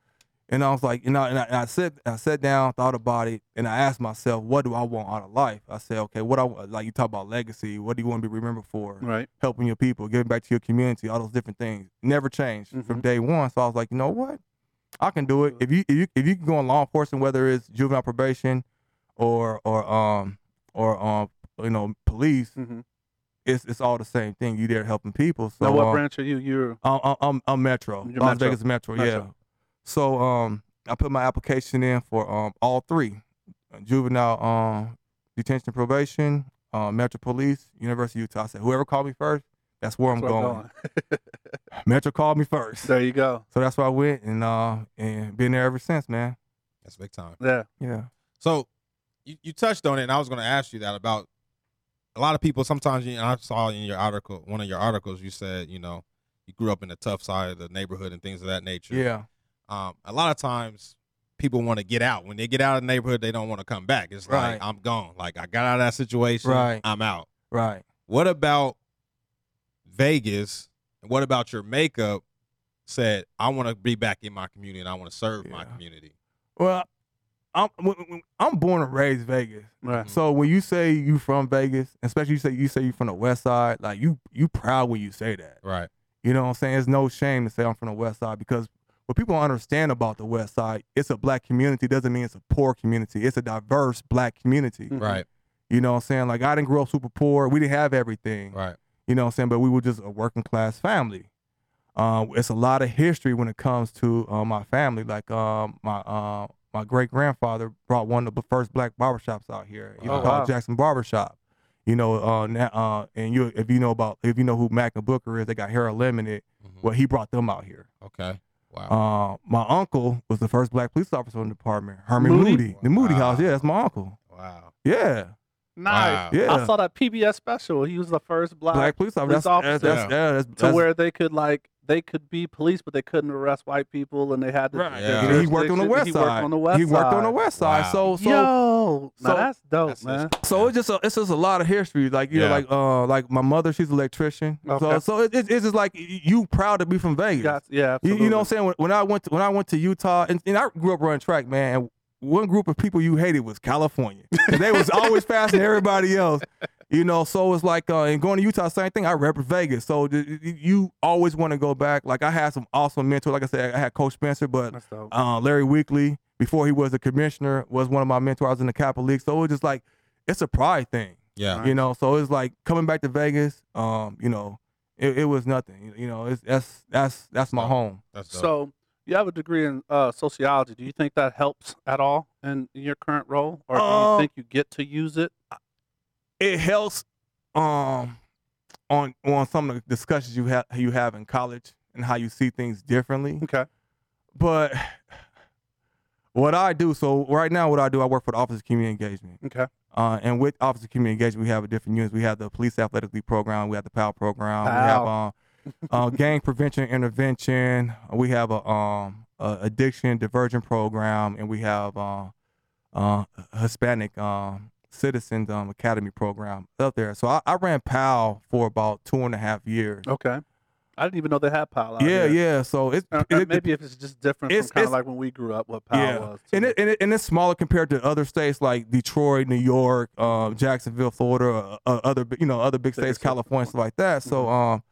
[SPEAKER 8] And I was like, you know, and I, and I sat, I sat down, thought about it, and I asked myself, what do I want out of life? I said, okay, what I want- like, you talk about legacy. What do you want to be remembered for?
[SPEAKER 6] Right.
[SPEAKER 8] helping your people, giving back to your community, all those different things. Never changed from
[SPEAKER 6] Mhm.
[SPEAKER 8] day one. So I was like, you know what? I can do it. If you if you if you can go on law enforcement, whether it's juvenile probation or or um or um you know police,
[SPEAKER 6] Mm-hmm.
[SPEAKER 8] it's it's all the same thing. You there helping people. So
[SPEAKER 6] now, what
[SPEAKER 8] um,
[SPEAKER 6] branch are you? You're
[SPEAKER 8] I'm, I'm- I'm, I'm Metro,
[SPEAKER 6] You're
[SPEAKER 8] Las
[SPEAKER 6] Metro.
[SPEAKER 8] Vegas Metro, yeah.
[SPEAKER 6] Metro.
[SPEAKER 8] So um, I put my application in for um all three, juvenile um uh, detention probation, uh, Metro Police, University of Utah. I said, whoever called me first, that's where I'm
[SPEAKER 6] That's where
[SPEAKER 8] going. Metro called me first.
[SPEAKER 6] There you go.
[SPEAKER 8] So that's where I went and uh and been there ever since, man.
[SPEAKER 7] That's big time.
[SPEAKER 6] Yeah.
[SPEAKER 8] Yeah.
[SPEAKER 7] So you, you touched on it, and I was going to ask you that about a lot of people. Sometimes, you I saw in your article, one of your articles, you said, you know, you grew up in the tough side of the neighborhood and things of that nature.
[SPEAKER 8] Yeah.
[SPEAKER 7] Um, a lot of times people want to get out. When they get out of the neighborhood, they don't want to come back. It's
[SPEAKER 8] Right.
[SPEAKER 7] like, I'm gone. Like, I got out of that situation.
[SPEAKER 8] Right.
[SPEAKER 7] I'm out.
[SPEAKER 8] Right.
[SPEAKER 7] What about Vegas? And what about your makeup? Said, I want to be back in my community and I want to serve my
[SPEAKER 8] Yeah.
[SPEAKER 7] community.
[SPEAKER 8] Well, I'm w- w- I'm born and raised Vegas.
[SPEAKER 6] Right.
[SPEAKER 8] So when you say you from Vegas, especially you say you say you from the West Side, like you you proud when you say that.
[SPEAKER 7] Right.
[SPEAKER 8] You know what I'm saying? It's no shame to say I'm from the West Side because what people don't understand about the West Side, it's a black community. Doesn't mean it's a poor community. It's a diverse black community.
[SPEAKER 6] Mhm.
[SPEAKER 7] Right.
[SPEAKER 8] You know what I'm saying? Like I didn't grow up super poor. We didn't have everything.
[SPEAKER 7] Right.
[SPEAKER 8] You know what I'm saying? But we were just a working class family. Um, it's a lot of history when it comes to uh, my family. Like um, my uh, my great grandfather brought one of the first black barbershops out here. You know,
[SPEAKER 6] Oh,
[SPEAKER 8] called
[SPEAKER 6] wow.
[SPEAKER 8] Jackson Barbershop. You know, uh, na uh, and you if you know about if you know who Mac and Booker is, they got hair Limited.
[SPEAKER 7] Mhm.
[SPEAKER 8] Well, he brought them out here.
[SPEAKER 7] Okay. Wow.
[SPEAKER 8] Uh, my uncle was the first black police officer in the department. Herman
[SPEAKER 6] Moody?
[SPEAKER 8] Moody, the Moody
[SPEAKER 7] Wow.
[SPEAKER 8] House. Yeah, that's my uncle.
[SPEAKER 7] wow.
[SPEAKER 8] Yeah,
[SPEAKER 6] Nice.
[SPEAKER 7] Wow.
[SPEAKER 8] yeah.
[SPEAKER 6] I saw that PBS special. He was the first black,
[SPEAKER 8] black police officer. That's,
[SPEAKER 6] police
[SPEAKER 8] that's,
[SPEAKER 6] officer.
[SPEAKER 8] that's, yeah, that's,
[SPEAKER 6] to
[SPEAKER 8] that's-
[SPEAKER 6] where they could like they could be police, but they couldn't arrest white people, and they had to.
[SPEAKER 8] Right.
[SPEAKER 7] Yeah.
[SPEAKER 8] You know, he worked on the
[SPEAKER 6] jurisdiction,
[SPEAKER 8] west
[SPEAKER 6] he
[SPEAKER 8] side.
[SPEAKER 6] worked on the west
[SPEAKER 8] He worked on the
[SPEAKER 6] side.
[SPEAKER 8] west side.
[SPEAKER 7] Wow.
[SPEAKER 8] So so
[SPEAKER 6] Yo, so,
[SPEAKER 8] so-
[SPEAKER 6] that's dope,
[SPEAKER 7] That's-
[SPEAKER 6] man.
[SPEAKER 8] so it's just a, it's just a lot of history. Like you
[SPEAKER 7] Yeah.
[SPEAKER 8] know, like uh like my mother, she's an electrician.
[SPEAKER 6] Okay.
[SPEAKER 8] So so it, it, it's just like y- you proud to be from Vegas.
[SPEAKER 6] Got- yeah,
[SPEAKER 8] You,
[SPEAKER 6] absolutely.
[SPEAKER 8] you know what I'm saying? When, when I went to, when I went to Utah and, and I grew up running track, man. And one group of people you hated was California. 'Cause they was always faster than everybody else. You know, so it's like uh, and going to Utah, same thing. I rep Vegas, so th- y- you always want to go back. Like I had some awesome mentors. Like I said, I had Coach Spencer, but
[SPEAKER 6] That's dope.
[SPEAKER 8] uh, Larry Weekly, before he was a commissioner, was one of my mentors. I was in the Capital League. So it was just like, it's a pride thing,
[SPEAKER 7] Yeah.
[SPEAKER 8] you know? So it's like coming back to Vegas, um, you know, it, it was nothing. You know, it's, that's, that's, that's my
[SPEAKER 7] Dope.
[SPEAKER 8] home.
[SPEAKER 7] That's dope.
[SPEAKER 6] So you have a degree in uh, sociology. Do you think that helps at all in, in your current role, or do you
[SPEAKER 8] Um,
[SPEAKER 6] think you get to use it?
[SPEAKER 8] It helps, um, on, on some of the discussions you have, you have in college and how you see things differently.
[SPEAKER 6] Okay.
[SPEAKER 8] But what I do, so right now what I do, I work for the Office of Community Engagement.
[SPEAKER 6] Okay.
[SPEAKER 8] Uh, and with Office of Community Engagement, we have different units. We have the Police Athletic League Program. We have the PAL program. We have uh, uh, Gang Prevention Intervention. We have a, um, a Addiction Diversion Program, and we have uh, uh, Hispanic um, Citizens um, Academy Program up there. So I, I ran PAL for about two and a half years.
[SPEAKER 6] Okay. I didn't even know they had PAL out
[SPEAKER 8] yeah,
[SPEAKER 6] here.
[SPEAKER 8] yeah. So it's
[SPEAKER 6] Uh, uh,
[SPEAKER 8] it-
[SPEAKER 6] maybe if it's just different
[SPEAKER 8] it's-
[SPEAKER 6] from kind of
[SPEAKER 8] it's-
[SPEAKER 6] like when we grew up, what PAL
[SPEAKER 8] yeah.
[SPEAKER 6] was.
[SPEAKER 8] and
[SPEAKER 6] too.
[SPEAKER 8] it, and it and it's smaller compared to other states like Detroit, New York, um, Jacksonville, Florida, uh, uh, other bi- you know other big
[SPEAKER 6] Bigger
[SPEAKER 8] states,
[SPEAKER 6] cities.
[SPEAKER 8] California, stuff like that.
[SPEAKER 6] Mm-hmm.
[SPEAKER 8] So um,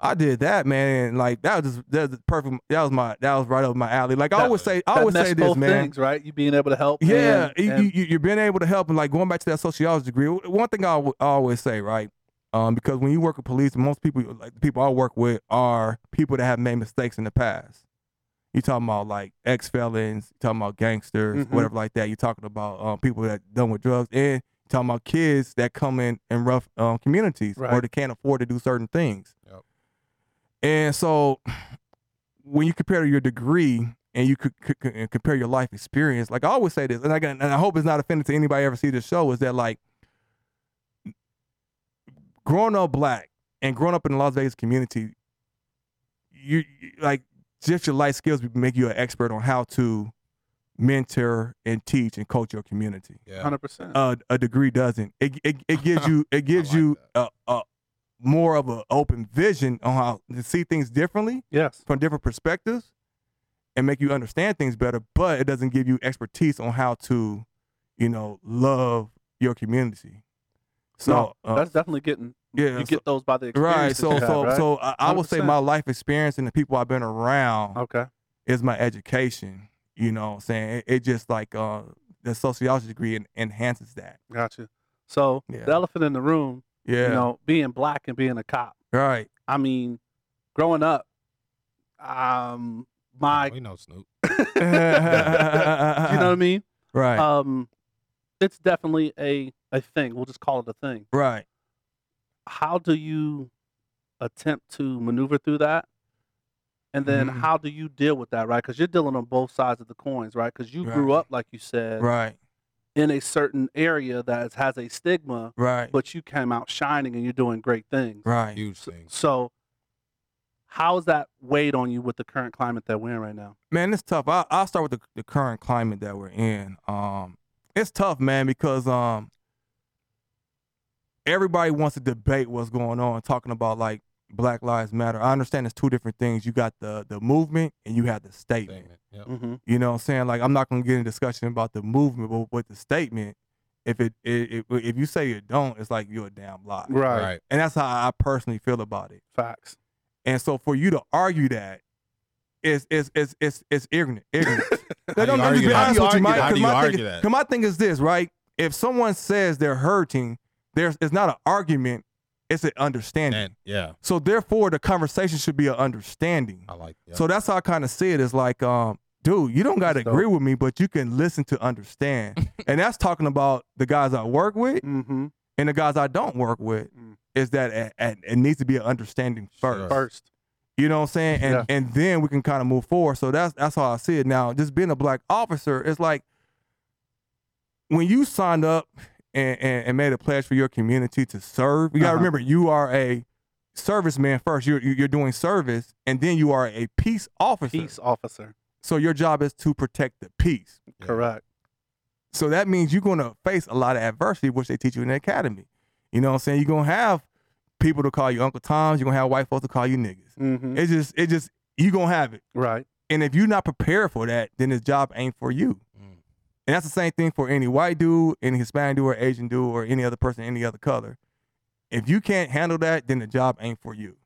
[SPEAKER 8] I did that, man. And, like that was just that was perfect. That was my that was right up my alley. Like I
[SPEAKER 6] That-
[SPEAKER 8] always say, I
[SPEAKER 6] That
[SPEAKER 8] always
[SPEAKER 6] meshed
[SPEAKER 8] say this,
[SPEAKER 6] both
[SPEAKER 8] man.
[SPEAKER 6] things, right? You being able to help.
[SPEAKER 8] Yeah,
[SPEAKER 6] and-
[SPEAKER 8] you-
[SPEAKER 6] and-
[SPEAKER 8] you, you, you've been able to help, and like going back to that sociology degree. w- One thing I w- I always say, right? Um, because when you work with police, most people, like the people I work with, are people that have made mistakes in the past. You talking about like ex felons, you talking about gangsters,
[SPEAKER 6] Mhm.
[SPEAKER 8] whatever like that. You talking about um, people that done with drugs, and you talking about kids that come in in rough um, communities or
[SPEAKER 6] Right.
[SPEAKER 8] they can't afford to do certain things.
[SPEAKER 7] Yep.
[SPEAKER 8] And so, when you compare your degree and you could, could, could- and compare your life experience, like I always say this, and I got, and I hope it's not offended to anybody ever see this show, is that like growing up black and growing up in the Las Vegas community, you you- like just your life skills make you an expert on how to mentor and teach and coach your community.
[SPEAKER 7] yeah.
[SPEAKER 6] 100%.
[SPEAKER 8] A, a degree doesn't. It it, it gives you it gives
[SPEAKER 7] like
[SPEAKER 8] you a, a more of an open vision on how to see things differently
[SPEAKER 6] yes.
[SPEAKER 8] from different perspectives and make you understand things better, but it doesn't give you expertise on how to, you know, love your community. So
[SPEAKER 6] No,
[SPEAKER 8] uh,
[SPEAKER 6] that's definitely getting.
[SPEAKER 8] yeah,
[SPEAKER 6] you
[SPEAKER 8] so-
[SPEAKER 6] get those by the experience.
[SPEAKER 8] right.
[SPEAKER 6] that
[SPEAKER 8] So
[SPEAKER 6] you have,
[SPEAKER 8] so
[SPEAKER 6] right?
[SPEAKER 8] so I, I would say
[SPEAKER 6] 100%.
[SPEAKER 8] my life experience and the people I've been around
[SPEAKER 6] Okay.
[SPEAKER 8] is my education. You know, what I'm saying it, it just like uh, the sociology degree en- enhances that.
[SPEAKER 6] Gotcha. So
[SPEAKER 8] Yeah.
[SPEAKER 6] the elephant in the room,
[SPEAKER 8] Yeah,
[SPEAKER 6] you know, being black and being a cop.
[SPEAKER 8] right.
[SPEAKER 6] I mean, growing up, um, my,
[SPEAKER 7] we know Snoop.
[SPEAKER 6] you know what I mean?
[SPEAKER 8] right.
[SPEAKER 6] Um, it's definitely a a thing. We'll just call it a thing.
[SPEAKER 8] Right.
[SPEAKER 6] How do you attempt to maneuver through that? And then
[SPEAKER 8] Mm.
[SPEAKER 6] how do you deal with that, right? Because you're dealing on both sides of the coins, right? Because you grew
[SPEAKER 8] Right.
[SPEAKER 6] up, like you said,
[SPEAKER 8] Right.
[SPEAKER 6] in a certain area that has a stigma,
[SPEAKER 8] Right.
[SPEAKER 6] but you came out shining and you're doing great things.
[SPEAKER 8] Right.
[SPEAKER 7] Huge things.
[SPEAKER 6] So, how's that weighed on you with the current climate that we're in right now?
[SPEAKER 8] Man, it's tough. I, I'll start with the, the current climate that we're in. Um, it's tough, man, because um, everybody wants to debate what's going on, talking about like Black Lives Matter. I understand it's two different things. You got the the movement and you have the statement.
[SPEAKER 7] Statement. Yep.
[SPEAKER 6] Mm-hmm.
[SPEAKER 8] You know what I'm saying? Like I'm not gonna get in discussion about the movement, but with the statement, if it, it, it if you say you don't, it's like you're a damn lie.
[SPEAKER 7] Right.
[SPEAKER 8] And that's how I personally feel about it.
[SPEAKER 6] Facts.
[SPEAKER 8] And so for you to argue that is is is is is ignorant. ignorant.
[SPEAKER 7] How do
[SPEAKER 8] Let me be
[SPEAKER 7] you argue that?
[SPEAKER 8] honest
[SPEAKER 7] How do
[SPEAKER 8] with
[SPEAKER 7] you
[SPEAKER 8] you, Mike,
[SPEAKER 7] argue that? How
[SPEAKER 8] 'cause
[SPEAKER 7] do you
[SPEAKER 8] my
[SPEAKER 7] argue
[SPEAKER 8] thing is-
[SPEAKER 7] that?
[SPEAKER 8] 'cause my thing is this, right? If someone says they're hurting, there's it's not an argument, it's an understanding.
[SPEAKER 7] And, yeah,
[SPEAKER 8] So therefore the conversation should be an understanding.
[SPEAKER 7] I like. Yep.
[SPEAKER 8] So that's how I kind of see it. Is like, um, dude, you don't got to
[SPEAKER 6] That's dope.
[SPEAKER 8] agree with me, but you can listen to understand. and that's talking about the guys I work with
[SPEAKER 6] Mm-hmm.
[SPEAKER 8] and the guys I don't work with.
[SPEAKER 6] Mm.
[SPEAKER 8] Is that it, it- it needs to be an understanding first.
[SPEAKER 7] Sure.
[SPEAKER 6] First.
[SPEAKER 8] You know what I'm saying? And
[SPEAKER 6] Yeah.
[SPEAKER 8] and then we can kind of move forward. So that's that's how I see it. Now, just being a black officer, it's like when you signed up and, and, and made a pledge for your community to serve, you gotta
[SPEAKER 6] Uh-huh.
[SPEAKER 8] remember you are a serviceman first. You're you're doing service, and then you are a peace officer.
[SPEAKER 6] Peace officer.
[SPEAKER 8] So your job is to protect the peace.
[SPEAKER 7] Yeah.
[SPEAKER 6] Correct.
[SPEAKER 8] So that means you're gonna face a lot of adversity, which they teach you in the academy. You know what I'm saying? You're gonna have people to call you Uncle Tom's, you're gonna have white folks to call you niggas.
[SPEAKER 6] Mm-hmm.
[SPEAKER 8] It's just it just you gonna have it.
[SPEAKER 6] Right.
[SPEAKER 8] And if you're not prepared for that, then this job ain't for you.
[SPEAKER 7] Mm.
[SPEAKER 8] And that's the same thing for any white dude, any Hispanic dude, or Asian dude, or any other person, any other color. If you can't handle that, then the job ain't for you.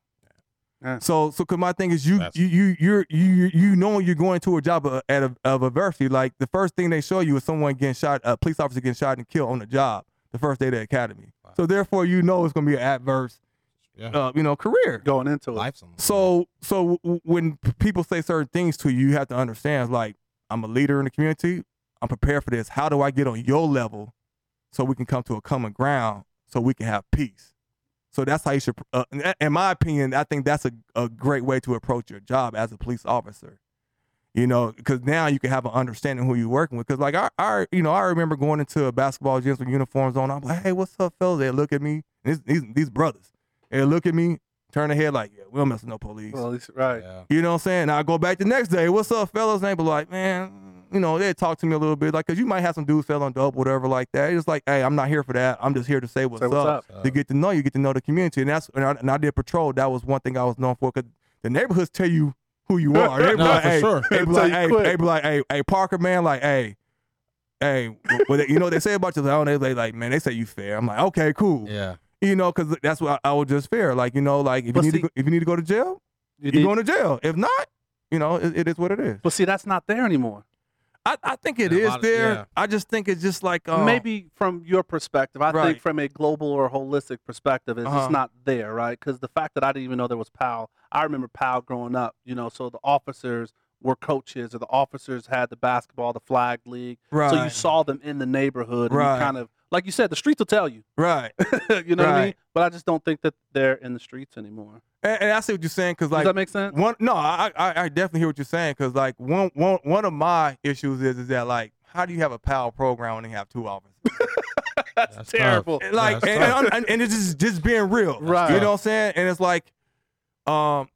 [SPEAKER 6] Yeah.
[SPEAKER 8] So, so cause my thing is you,
[SPEAKER 7] That's-
[SPEAKER 8] you, you, you're, you, you- you know you're going to a job of, at a, of adversity. Like the first thing they show you is someone getting shot, a police officer getting shot and killed on the job, the first day of the academy.
[SPEAKER 7] Wow.
[SPEAKER 8] So therefore, you know it's gonna be an adverse,
[SPEAKER 7] Yeah.
[SPEAKER 8] uh, you know, career.
[SPEAKER 6] Going into it.
[SPEAKER 7] Life some-
[SPEAKER 8] So so w- when p- people say certain things to you, you have to understand like I'm a leader in the community. I'm prepared for this. How do I get on your level so we can come to a common ground so we can have peace? So that's how you should. Uh, in- in my opinion, I think that's a, a great way to approach your job as a police officer. You know, because now you can have an understanding who you're working with. Because like I, I, you know, I remember going into a basketball gym with uniforms on. I'm like, hey, what's up, fellas? They look at me. These these, these brothers. They look at me, turn their head like, yeah, we don't mess with no police.
[SPEAKER 6] Well, at least, right.
[SPEAKER 7] Yeah.
[SPEAKER 8] You know what I'm saying? I go back the next day. What's up, fellas? And they be like, man, you know, they talk to me a little bit, like, cause you might have some dudes selling dope, whatever, like that. It's like, hey, I'm not here for that. I'm just here to say what's,
[SPEAKER 6] Say what's up.
[SPEAKER 8] to get to know you, get to know the community, and that's and I, and I did patrol. That was one thing I was known for, cause the neighborhoods tell you who you are. They be
[SPEAKER 7] Nah,
[SPEAKER 8] like,
[SPEAKER 7] for
[SPEAKER 8] hey,
[SPEAKER 7] sure.
[SPEAKER 8] they be
[SPEAKER 6] Tell
[SPEAKER 8] like,
[SPEAKER 6] you
[SPEAKER 8] hey,
[SPEAKER 6] quick.
[SPEAKER 8] they be like, hey, hey, Parker, man, like, hey, hey, well, they, you know what they say about you? Like, oh, they they like, man, they say you fair. I'm like, okay, cool.
[SPEAKER 7] Yeah.
[SPEAKER 8] You know, cause that's what I, I was just fair. Like, you know, like if
[SPEAKER 6] But
[SPEAKER 8] you need
[SPEAKER 6] see-
[SPEAKER 8] to go, if you need to go to jail, you're
[SPEAKER 6] You need-
[SPEAKER 8] going to jail. If not, you know, it, it is what it is.
[SPEAKER 6] but see, that's not there anymore.
[SPEAKER 8] I, I think it
[SPEAKER 7] Yeah, a
[SPEAKER 8] is
[SPEAKER 7] lot of-
[SPEAKER 8] there.
[SPEAKER 7] yeah.
[SPEAKER 8] I just think it's just like um,
[SPEAKER 6] Maybe from your perspective, I
[SPEAKER 8] Right.
[SPEAKER 6] think from a global or holistic perspective, it's
[SPEAKER 8] Uh-huh.
[SPEAKER 6] just not there, right? Because the fact that I didn't even know there was POW, I remember POW growing up, you know, so the officers were coaches or the officers had the basketball, the flag league.
[SPEAKER 8] right,
[SPEAKER 6] So you saw them in the neighborhood. And
[SPEAKER 8] Right.
[SPEAKER 6] you kind of, like you said, the streets will tell you.
[SPEAKER 8] right,
[SPEAKER 6] you know what I mean?
[SPEAKER 8] Right.
[SPEAKER 6] But I just don't think that they're in the streets anymore.
[SPEAKER 8] and, and I see what you're saying because
[SPEAKER 6] Does
[SPEAKER 8] like
[SPEAKER 6] that make sense?
[SPEAKER 8] one, no, I, I I definitely hear what you're saying because like one one one of my issues is is that like how do you have a PAL program when they have two officers?
[SPEAKER 7] That's, tough.
[SPEAKER 6] terrible.
[SPEAKER 8] And, like
[SPEAKER 7] Yeah,
[SPEAKER 8] and,
[SPEAKER 7] that's
[SPEAKER 8] and, and, it's just just being real,
[SPEAKER 6] Right.
[SPEAKER 8] You know what I'm saying? And it's like um,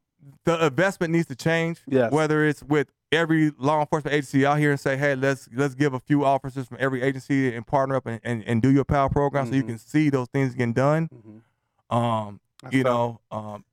[SPEAKER 8] the investment needs to change.
[SPEAKER 6] Yes.
[SPEAKER 8] whether it's with every law enforcement agency out here and say, hey, let's let's give a few officers from every agency and partner up and, and, and do your power program so you
[SPEAKER 6] Mhm.
[SPEAKER 8] can see those things getting done.
[SPEAKER 6] Mhm.
[SPEAKER 8] Um,
[SPEAKER 6] That's
[SPEAKER 8] you
[SPEAKER 6] tough.
[SPEAKER 8] know, um,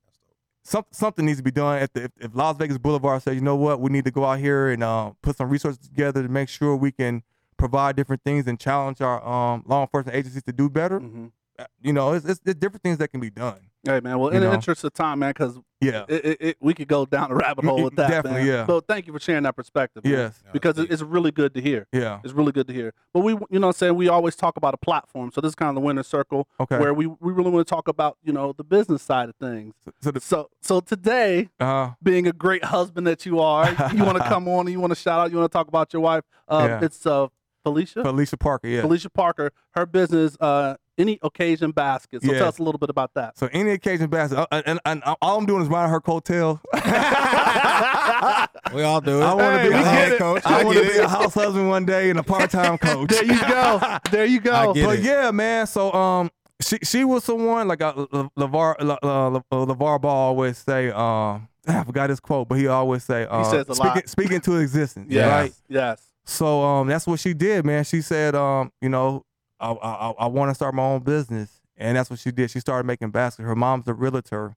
[SPEAKER 8] some, something needs to be done. If, the, if, if Las Vegas Boulevard says, you know what, we need to go out here and uh, put some resources together to make sure we can provide different things and challenge our um, law enforcement agencies to do better.
[SPEAKER 6] Mhm.
[SPEAKER 8] Uh, You know, it's, it's, it's different things that can be done.
[SPEAKER 6] Hey man, well,
[SPEAKER 8] You
[SPEAKER 6] in the
[SPEAKER 8] know?
[SPEAKER 6] interest of time, man, because
[SPEAKER 8] Yeah.
[SPEAKER 6] it, it, it, we could go down a rabbit
[SPEAKER 8] Mm,
[SPEAKER 6] hole with that.
[SPEAKER 8] definitely,
[SPEAKER 6] man.
[SPEAKER 8] yeah.
[SPEAKER 6] So thank you for sharing that perspective. man,
[SPEAKER 8] Yes.
[SPEAKER 6] because it, it's really good to hear.
[SPEAKER 8] Yeah.
[SPEAKER 6] It's really good to hear. But we, you know, what I'm saying we always talk about a platform. So this is kind of the winner circle
[SPEAKER 8] Okay.
[SPEAKER 6] where we, we really want to talk about you know the business side of things.
[SPEAKER 8] so the,
[SPEAKER 6] So so today,
[SPEAKER 8] uh,
[SPEAKER 6] being a great husband that you are, you want to come on and you want to shout out, you want to talk about your wife. Um,
[SPEAKER 8] Yeah.
[SPEAKER 6] It's uh, Felicia?
[SPEAKER 8] Felicia Parker, yeah.
[SPEAKER 6] Felicia Parker, her business, uh, any occasion basket. So
[SPEAKER 8] Yeah.
[SPEAKER 6] tell us a little bit about that.
[SPEAKER 8] So any occasion basket, uh, and, and, and all I'm doing is riding her coattail.
[SPEAKER 7] We all do it.
[SPEAKER 8] I want to
[SPEAKER 6] Hey,
[SPEAKER 8] be
[SPEAKER 6] we
[SPEAKER 8] a
[SPEAKER 6] get
[SPEAKER 8] house
[SPEAKER 6] it.
[SPEAKER 8] coach.
[SPEAKER 7] I
[SPEAKER 8] I want to
[SPEAKER 7] get
[SPEAKER 8] be
[SPEAKER 7] it.
[SPEAKER 8] a house husband one day and a part-time coach.
[SPEAKER 6] There you go. There you go.
[SPEAKER 7] I get
[SPEAKER 8] but
[SPEAKER 7] it.
[SPEAKER 8] yeah, man. So um, she she was someone like uh, Le- Levar Le, uh, Le, uh, Levar Ball always say. Um, I forgot his quote, but he always say. Uh,
[SPEAKER 6] says a
[SPEAKER 8] speaking,
[SPEAKER 6] lot.
[SPEAKER 8] speaking to existence.
[SPEAKER 6] Yes.
[SPEAKER 8] Right.
[SPEAKER 6] Yes.
[SPEAKER 8] So um, that's what she did, man. She said, um, you know, I I, I want to start my own business, and that's what she did. She started making baskets. Her mom's a realtor,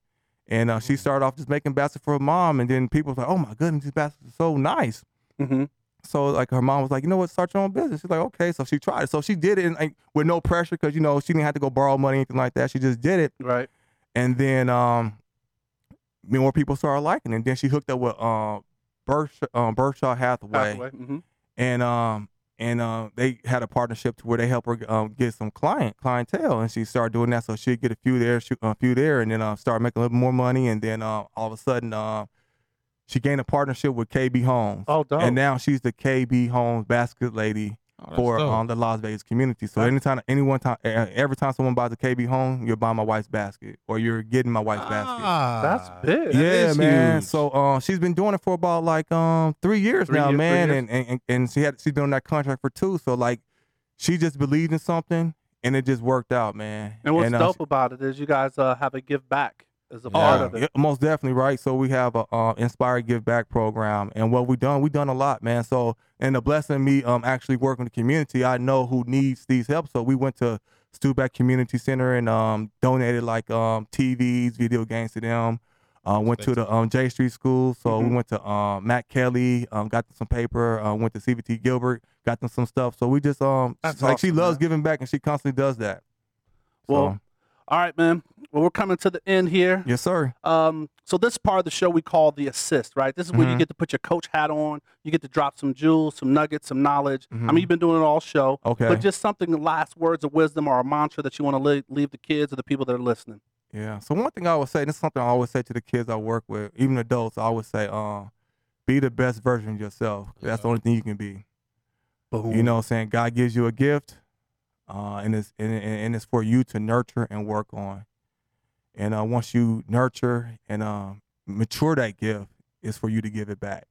[SPEAKER 8] and uh, she started off just making baskets for her mom, and then people was like, oh my goodness, these baskets are so nice.
[SPEAKER 6] Mm-hmm.
[SPEAKER 8] So like her mom was like, you know what, start your own business. She's like, okay. So she tried it. So she did it and, like, with no pressure because you know she didn't have to go borrow money anything like that. She just did it,
[SPEAKER 6] Right.
[SPEAKER 8] and then um, more people started liking. it. And then she hooked up with uh, Bersh- uh, Bershaw Hathaway,
[SPEAKER 6] Halfway. Mm-hmm.
[SPEAKER 8] and um and uh, they had a partnership to where they help her um, get some client clientele, and she started doing that. So she'd get a few there, shoot a few there, and then uh, start making a little more money. And then uh, all of a sudden, uh, she gained a partnership with KB Homes.
[SPEAKER 6] Oh, dope.
[SPEAKER 8] And now she's the KB Homes basket lady for um, the Las Vegas community. So anytime, anyone time, e- every time someone buys a KB home, you're buying my wife's basket or you're getting my wife's
[SPEAKER 7] Ah.
[SPEAKER 8] basket.
[SPEAKER 6] That's big.
[SPEAKER 7] that
[SPEAKER 8] yeah,
[SPEAKER 7] is
[SPEAKER 8] man.
[SPEAKER 7] huge.
[SPEAKER 8] So um, she's been doing it for about like um three years
[SPEAKER 6] Three
[SPEAKER 8] now,
[SPEAKER 6] years-
[SPEAKER 8] man.
[SPEAKER 6] three years.
[SPEAKER 8] And, and and and she had she's been on that contract for two. So like, she just believed in something and it just worked out, man.
[SPEAKER 6] And what's
[SPEAKER 8] uh,
[SPEAKER 6] dope about it is you guys uh, have a give back as a
[SPEAKER 7] Yeah.
[SPEAKER 6] part of it.
[SPEAKER 8] yeah, most definitely, right? So we have a uh, Inspired Give Back program, and what we done, we done a lot, man. So, and the blessing of me um actually working the community, I know who needs these help. So we went to Stuback Community Center and um donated like um TVs, video games to them. Uh, went to the um, J Street School, so
[SPEAKER 6] Mm-hmm.
[SPEAKER 8] we went to um, Matt Kelly, um, got them some paper. Uh, went to CBT Gilbert, got them some stuff. So we just um
[SPEAKER 6] That's
[SPEAKER 8] like she
[SPEAKER 6] awesome,
[SPEAKER 8] loves
[SPEAKER 6] man.
[SPEAKER 8] giving back, and she constantly does that.
[SPEAKER 6] Well, all right, man. Well, we're coming to the end here.
[SPEAKER 8] yes, sir.
[SPEAKER 6] Um, so this part of the show we call the assist, right? This is where you
[SPEAKER 8] Mhm.
[SPEAKER 6] get to put your coach hat on. You get to drop some jewels, some nuggets, some knowledge. I mean,
[SPEAKER 8] Mhm.
[SPEAKER 6] you've been doing it all show,
[SPEAKER 8] Okay.
[SPEAKER 6] but just something last words of wisdom or a mantra that you want to le- leave the kids or the people that are listening.
[SPEAKER 8] Yeah. So one thing I would say, and this is something I always say to the kids I work with, even adults, I always say, um, be the best version of yourself. That's the only thing you can be.
[SPEAKER 6] Boom.
[SPEAKER 8] You know what I'm saying? God gives you a gift, uh, and it's and, and, and it's for you to nurture and work on. And uh, once you nurture and um, mature that gift, it's for you to give it back.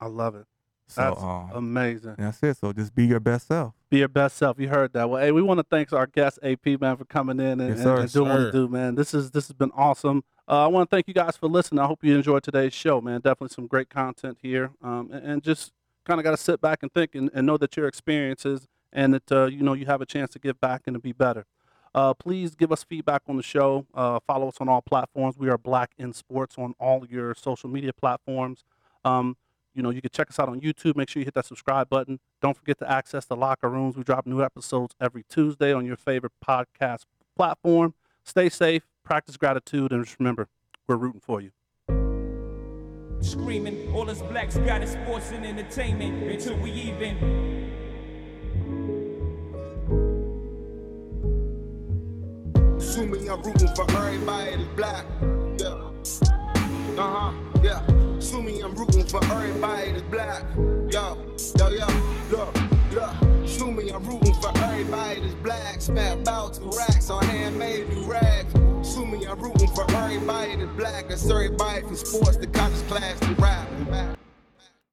[SPEAKER 6] I love it.
[SPEAKER 8] So
[SPEAKER 6] That's
[SPEAKER 8] um,
[SPEAKER 6] Amazing.
[SPEAKER 8] that's it. So just be your best self.
[SPEAKER 6] Be your best self. You heard that. Well, hey, we want to thank our guest AP man for coming in and,
[SPEAKER 8] Yes,
[SPEAKER 6] and-
[SPEAKER 8] sir.
[SPEAKER 6] and doing what you
[SPEAKER 7] Sir.
[SPEAKER 6] do, man. This is this has been awesome. Uh, I want to thank you guys for listening. I hope you enjoyed today's show, man. Definitely some great content here, um, and, and just kind of got to sit back and think and, and know that your experiences and that uh, you know you have a chance to give back and to be better. Uh, please give us feedback on the show. Uh, follow us on all platforms. We are Black in Sports on all your social media platforms. Um, you know, you can check us out on YouTube. Make sure you hit that subscribe button. Don't forget to access the locker rooms. We drop new episodes every Tuesday on your favorite podcast platform. Stay safe, practice gratitude, and just remember, we're rooting for you.
[SPEAKER 5] Screaming, all us blacks got is sports and entertainment until we even.
[SPEAKER 9] Assuming I'm rooting for everybody that's black. Yeah. Uh huh. Yeah. Assuming I'm rooting for everybody that's black. Yo. Yo, yo. Look. Look. Assuming I'm rooting for everybody that's black. Spat bouts and racks on handmade new rags. Assuming I'm rooting for everybody that's black. That's everybody from sports to college class to rap.